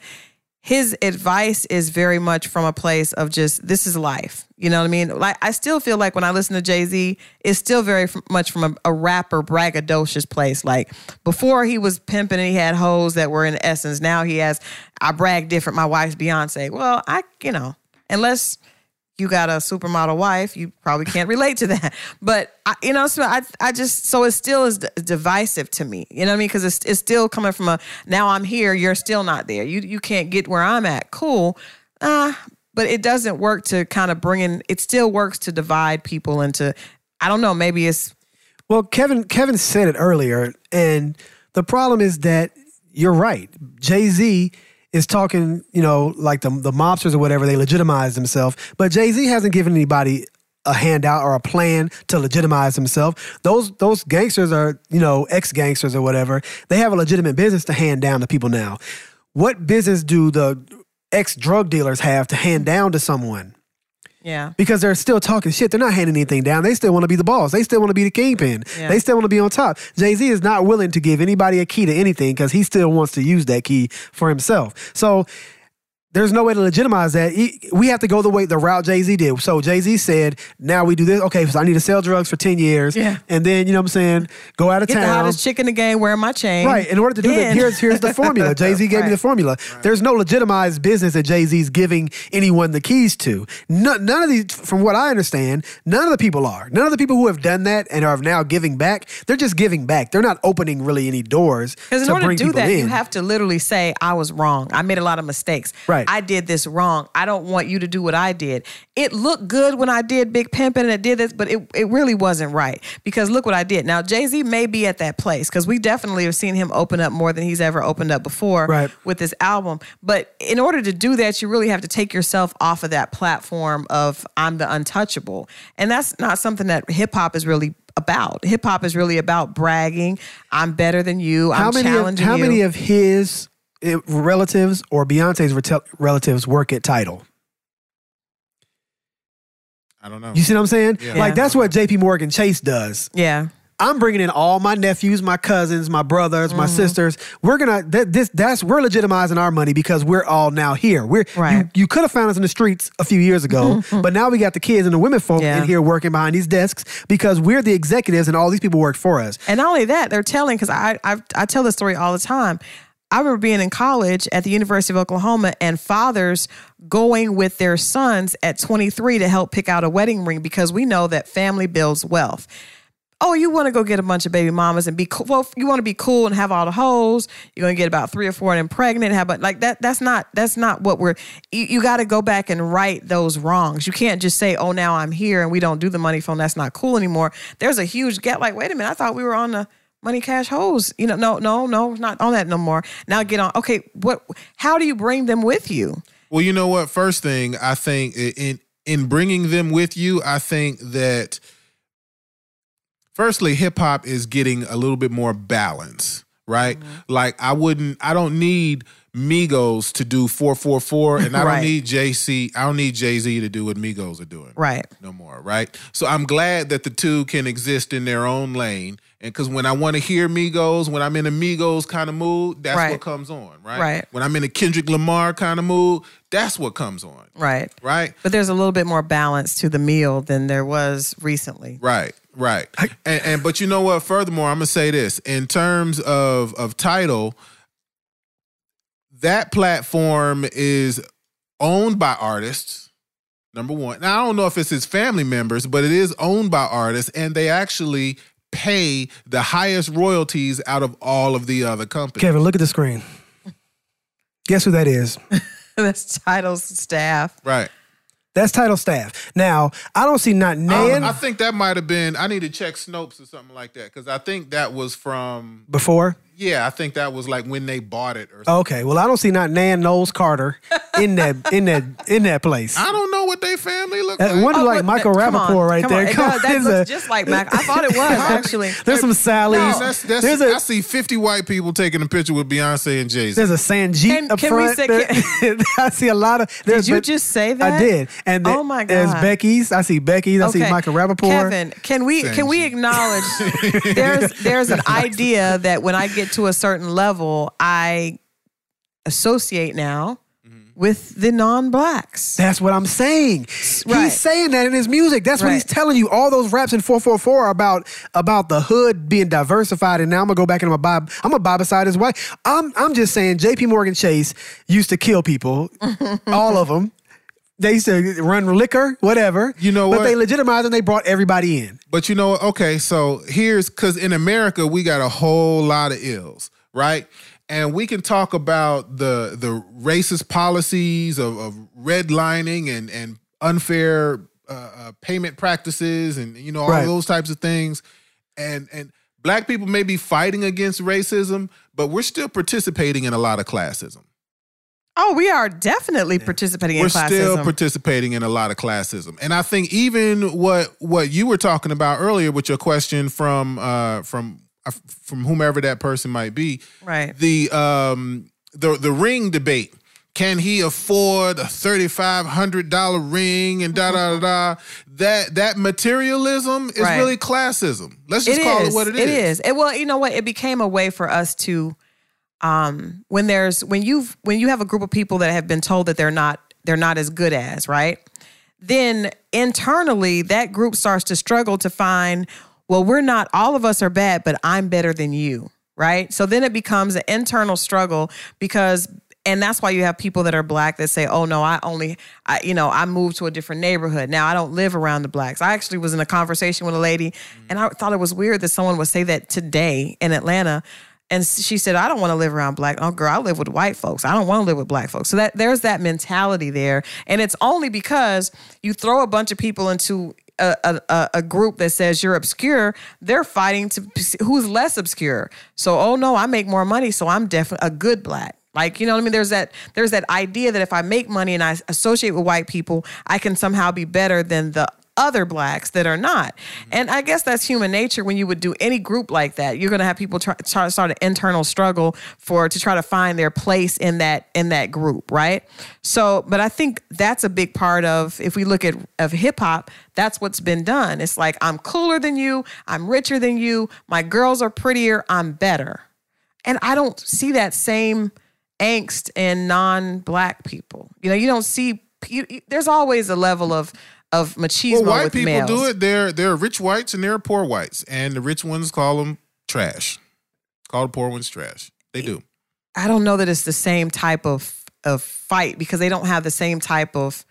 his advice is very much from a place of just this is life. You know what I mean? Like I still feel like when I listen to Jay Z, it's still very f- much from a, a rapper braggadocious place. Like before he was pimping and he had hoes that were in essence. Now he has I brag different. My wife's Beyonce. Well, I you know unless you got a supermodel wife, you probably can't relate to that. But I, you know, so I, I just so it still is d- divisive to me. You know what I mean? Because it's, it's still coming from a now I'm here, you're still not there. You you can't get where I'm at. Cool, uh, but it doesn't work to kind of bring in. It still works to divide people into. I don't know. Maybe it's Well, Kevin Kevin said it earlier, and the problem is that you're right. Jay Z is talking, you know, like the the mobsters or whatever. They legitimize themselves, but Jay Z hasn't given anybody a handout or a plan to legitimize himself. Those those gangsters are, you know, ex gangsters or whatever. They have a legitimate business to hand down to people now. What business do the ex drug dealers have to hand down to someone? yeah. because they're still talking shit. They're not handing anything down. They still want to be the boss. They still want to be the kingpin. Yeah. They still want to be on top. Jay Z is not willing to give anybody a key to anything because he still wants to use that key for himself. So there's no way to legitimize that. He- We have to go the way the route Jay Z did. So Jay Z said, "Now we do this. Okay, so I need to sell drugs for ten years, Yeah. and then you know what I'm saying, go out of Get the town, hottest chick in the game wearing my chain. Right. In order to do that, Then- here's here's *laughs* the formula. Jay Z gave me Right. the formula. There's no legitimized business that Jay Z's giving anyone the keys to. None, none of these, from what I understand, none of the people are. None of the people who have done that and are now giving back, they're just giving back. They're not opening really any doors Because in to order to bring do people that, in. you have to literally say, I was wrong. I made a lot of mistakes. Right. I did this wrong. I don't want you to do what I did. It looked good when I did Big Pimpin' and it did this, but it, it really wasn't right. Because look what I did. Now, Jay Z may be at that place because we definitely have seen him open up more than he's ever opened up before Right. with this album. But in order to do that, you really have to take yourself off of that platform of I'm the untouchable. And that's not something that hip hop is really about. Hip hop is really about bragging. I'm better than you. how I'm many of, challenging how you. many of his eh, relatives or Beyonce's retel- relatives work at Title? I don't know. You see what I'm saying? Yeah. Like that's what J.P. Morgan Chase does. Yeah. I'm bringing in all my nephews, my cousins, my brothers, my Mm-hmm. sisters. We're gonna that this that's we're legitimizing our money because we're all now here. We're Right. Mm-hmm. you, you could have found us in the streets a few years ago, but now we got the kids and the women folk Yeah. in here working behind these desks because we're the executives and all these people work for us. And not only that, they're telling because I, I I tell this story all the time. I remember being in college at the University of Oklahoma and fathers going with their sons at 23 to help pick out a wedding ring because we know that family builds wealth. Oh, you want to go get a bunch of baby mamas and be cool. Well, you want to be cool and have all the hoes. You're going to get about three or four and then pregnant. Have but like that. That's not. That's not what we're. You, you got to go back and right those wrongs. You can't just say, "Oh, now I'm here," and we don't do the money phone. That's not cool anymore. There's a huge gap. Like, wait a minute. I thought we were on the money cash hoes. You know, no, no, no, not on that no more. Now get on. Okay, what? How do you bring them with you? Well, you know what? First thing, I think i- in in bringing them with you, I think that firstly, hip hop is getting a little bit more balance, right? Like I wouldn't, I don't need Migos to do four four four, and I Right. don't need JC, I don't need Jay Z to do what Migos are doing, Right. no more, right? So I'm glad that the two can exist in their own lane. And because when I want to hear Migos, when I'm in a Migos kind of mood, that's Right. what comes on, right? Right. When I'm in a Kendrick Lamar kind of mood, that's what comes on, Right. right? But there's a little bit more balance to the meal than there was recently. *laughs* Right, right. And, and but you know what? Furthermore, I'm gonna say this in terms of of title. That platform is owned by artists. Number one. Now I don't know if it's his family members, but it is owned by artists, and they actually pay the highest royalties out of all of the other companies. Kevin, look at the screen. Guess who that is? that's titles staff. Right. That's title staff. Now, I don't see I not don't Nan know. I think that might have been. I need to check Snopes or something like that because I think that was from. before. Yeah, I think that was like when they bought it or. something. Okay, well I don't see not Nan Knowles Carter in that in that in that place. I don't know what they family look That like. one Oh, like what- Michael come on, Rappaport right come there. On. It Come does. That on, looks there's a- just like Mac. I *laughs* thought it was actually. There's some Sally's. No. Oh, That's, that's, there's a I see 50 white people taking a picture with Beyonce and Jay Z. there's a Sanjeet Can- up can we front. say- There- *laughs* I see a lot of. Did you just say that? I did. And Oh the- my There's God. Becky's. I see Becky's. I see Michael Rappaport. Kevin, can we can we acknowledge *laughs* there's there's an idea that when I get to a certain level, I associate now Mm-hmm. with the non-blacks. That's what I'm saying. right. He's saying that in his music. That's what he's Right. telling you. All those raps in 444 are about about the hood being diversified. And now I'm gonna go back and I'm a Bob. I'm a Bobicide as well. I'm I'm just saying. J.P. Morgan Chase used to kill *laughs* people, all of them. They used to run liquor, whatever. You know but what? they legitimized and they brought everybody in. *laughs* But you know what? Okay, so here's because in America, we got a whole lot of ills, right? And we can talk about the the racist policies of, of redlining and, and unfair uh, uh, payment practices and, you know, all Right. those types of things. And, and black people may be fighting against racism, but we're still participating in a lot of classism. Oh, we are definitely participating we're in classism. still participating in a lot of classism and i think even what what you were talking about earlier with your question from uh from uh, from whomever that person might be right. the um the the ring debate can he afford a thirty five hundred dollar ring and da da da da? That that materialism is Right. really classism. Let's just call it what it is. It is. It, well, you know what? It became a way for us to, um, when there's when you've when you have a group of people that have been told that they're not they're not as good as right, then internally that group starts to struggle to find. Well, we're not all of us are bad, but I'm better than you, right? So then it becomes an internal struggle because. And that's why you have people that are black that say, "Oh no, I only, I, you know, I moved to a different neighborhood. Now I don't live around the blacks." I actually was in a conversation with a lady, and I thought it was weird that someone would say that today in Atlanta. And she said, I don't want to live around black. Oh, girl, I live with white folks. I don't want to live with black folks. So that there's that mentality there. And it's only because you throw a bunch of people into a, a- a, a group that says you're obscure, they're fighting to who's less obscure. So, oh no, I make more money, so I'm definitely a good black. Like, you know what I mean? There's that there's that idea that if I make money and I associate with white people, I can somehow be better than the other blacks that are not. And I guess that's human nature. When you would do any group like that, you're going to have people try, try start an internal struggle for to try to find their place in that in that group, right? So, but I think that's a big part of if we look at of hip hop, that's what's been done. It's like I'm cooler than you, I'm richer than you, my girls are prettier, I'm better. And I don't see that same angst in non-black people. You know, you don't see. You, you- there's always a level of of machismo Well, white with people males. do it. There, there are rich whites and there are poor whites, and the rich ones call them trash. Call the poor ones trash. They do. I don't know that it's the same type of of fight because they don't have the same type of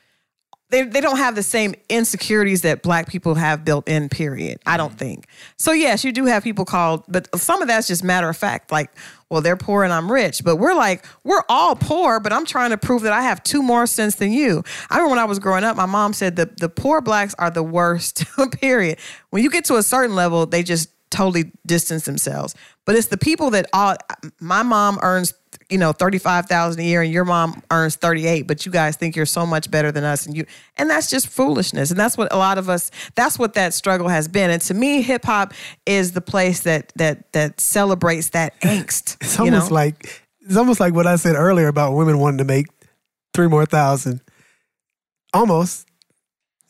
they they don't have the same insecurities that black people have built in period. I don't think. So yes, you do have people called but some of that's just matter of fact like well they're poor and I'm rich, but we're like we're all poor, but I'm trying to prove that I have two more cents than you. I remember when I was growing up, my mom said the the poor blacks are the worst *laughs* period. When you get to a certain level, they just totally distance themselves. But it's the people that all my mom earns, you know, thirty five thousand a year, and your mom earns thirty eight. But you guys think you're so much better than us, and you, and that's just foolishness. And that's what a lot of us. That's what that struggle has been. And to me, hip hop is the place that that that celebrates that angst. *laughs* It's you know? almost like it's almost like what I said earlier about women wanting to make three more thousand. Almost.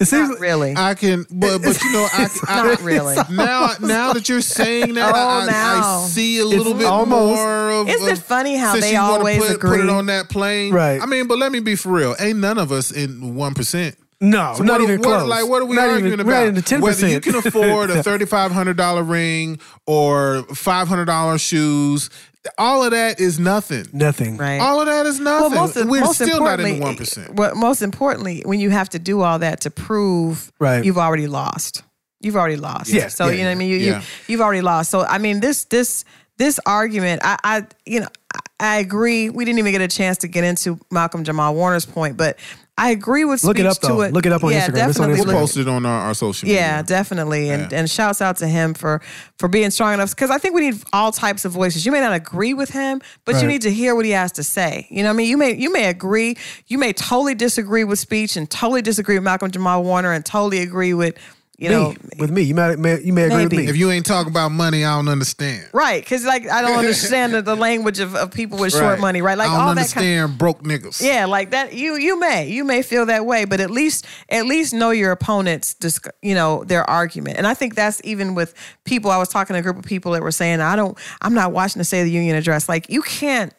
It seems not really. I can, but but you know, *laughs* I, I Not really. *laughs* now now that you're saying that, Oh, I, I now. see a little bit almost- more of. Isn't it of- funny how since they you wanna always put, agree? Put it on that plane, Right. I mean, but let me be for real. Ain't none of us in one percent. no, So not what- even what- close. like, what are we not arguing even, about? We're not even ten Whether you percent. can afford *laughs* a thirty-five hundred dollar ring or five hundred dollar shoes, all of that is nothing. *laughs* nothing. right. All of that is Well, nothing. most, We're most still not in importantly, the one percent. Well, most importantly, when you have to do all that to prove Right. you've already lost. You've already lost. Yeah, So yeah, you know what I mean. You, yeah. you you've already lost. So I mean this this this argument. I I you know I, I agree. We didn't even get a chance to get into Malcolm Jamal Warner's point, but I agree with Look it speech up, though. to it. Look it up on yeah, Instagram. It's on Definitely Instagram. We'll Absolutely. look- post it on our, our social yeah, media. definitely. And and shouts out to him for for being strong enough because I think we need all types of voices. You may not agree with him, but Right. you need to hear what he has to say. You know what I mean? You may you may agree, you may totally disagree with speech and totally disagree with Malcolm Jamal Warner and totally agree with you Me, know with me, you may, may you may agree Maybe. with If me. you ain't talking about money, I don't understand. right because like I don't understand the, the language of, of people with short Right. money, right? Like I don't all that kind. understand broke niggas. Yeah, like that. You you may you may feel that way, but at least at least know your opponent's disc, you know their argument. And I think that's even with people. I was talking to a group of people that were saying, "I don't, I'm not watching the State of the Union address." Like you can't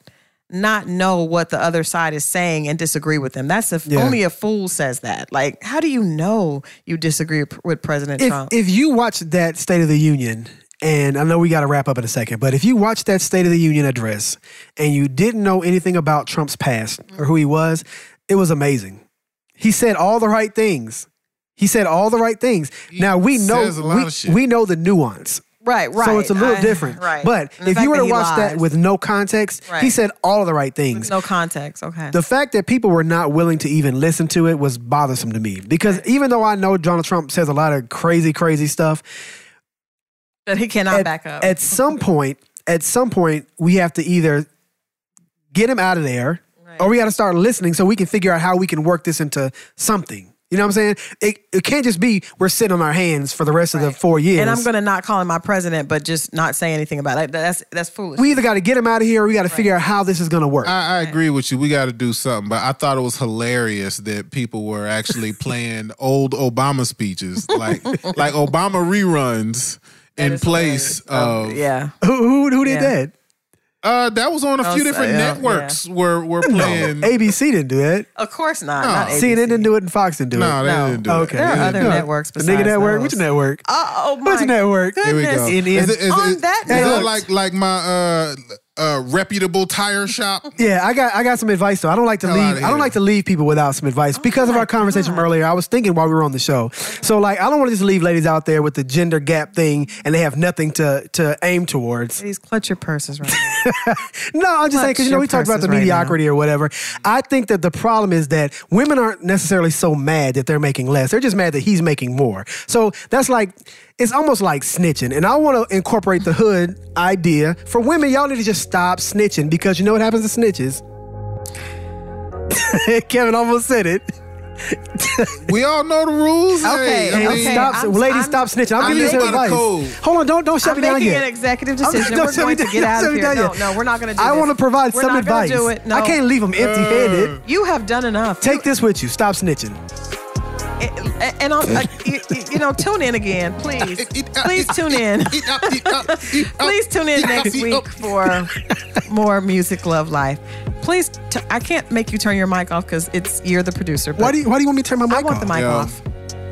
not know what the other side is saying and disagree with them. That's if only a fool says that. Like, how do you know you disagree p- with President If, Trump? if you watch that State of the Union, and I know we got to wrap up in a second, but if you watch that State of the Union address and you didn't know anything about Trump's past or who he was, it was amazing. He said all the right things. He said all the right things. now we know says a lot we, of shit. we know the nuance. right, right. So it's a little I- different. Right. But And the if fact you were that to he watch that lies. with no context, he Right. said all the right things. no context, okay. The fact that people were not willing to even listen to it was bothersome to me because even though I know Donald Trump says a lot of crazy, crazy stuff, *laughs* that he cannot at, back up. at some point, at some point, we have to either get him out of there or we got to start listening so we can figure out how we can work this into something. You know what I'm saying? It, it can't just be we're sitting on our hands for the rest of the four years. and I'm going to not call him my president, but just not say anything about it. That's that's foolish. we either got to get him out of here or we got to figure out how this is going to work. I, I agree with you. We got to do something. But I thought it was hilarious that people were actually playing old Obama speeches, like like Obama reruns in place of. yeah. who, who, who did Yeah. that? Uh, that was on a few Oh, so- different yeah, networks were were playing. No, ABC didn't do that. Of course not. not ABC. CNN didn't do it and Fox didn't do it. they No. didn't do Okay. it. There They are didn't other do it. networks The besides nigga network. those. Which network? Oh, oh my. Which network? Good- Here we go. Goodness. It is. On that is it note- like like my uh uh reputable tire shop? Yeah, I got I got some advice though. I don't like to Hell outta leave. I here. don't like to leave people without some advice Oh, because of our conversation earlier. I was thinking while we were on the show. So like, I don't want to just leave ladies out there with the gender gap thing and they have nothing to to aim towards. These clutcher *laughs* purses right now. No, I'm just saying because you know your we talked about the purses right mediocrity or whatever. I think that the problem is that women aren't necessarily so mad that they're making less. They're just mad that he's making more. So that's like it's almost like snitching. And I want to incorporate the hood idea for women. Y'all need to just stop *laughs* snitching because you know what happens to snitches. Kevin almost said it. We all know the rules. Okay, Hey, I okay. mean, Stop, I'm- lady, I'm- stop snitching. I'm, I'm giving you making some it advice. cold. Hold on, don't don't shut me I'm down making an yet. executive I'm- decision. don't We're shut going me to down- get out don't shut me of here. No, down yet. no, we're not going to do I this. want to provide We're some not advice. Gonna do it. No. I can't leave them empty-handed. You have done enough. Take this with you. Stop snitching. and, and I'll, uh, you, you know, tune in *laughs* again, please. it- it- Please it- tune in. it- it- it- it- *laughs* Please tune in next week for more music, love, life. Please, t- I can't make you turn your mic off because it's you're the producer. But Why do you, Why do you want me to turn my mic I want off? the mic Yeah.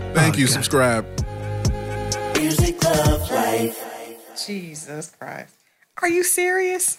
off. Thank you. Subscribe. Music Love Life. Jesus Christ, are you serious?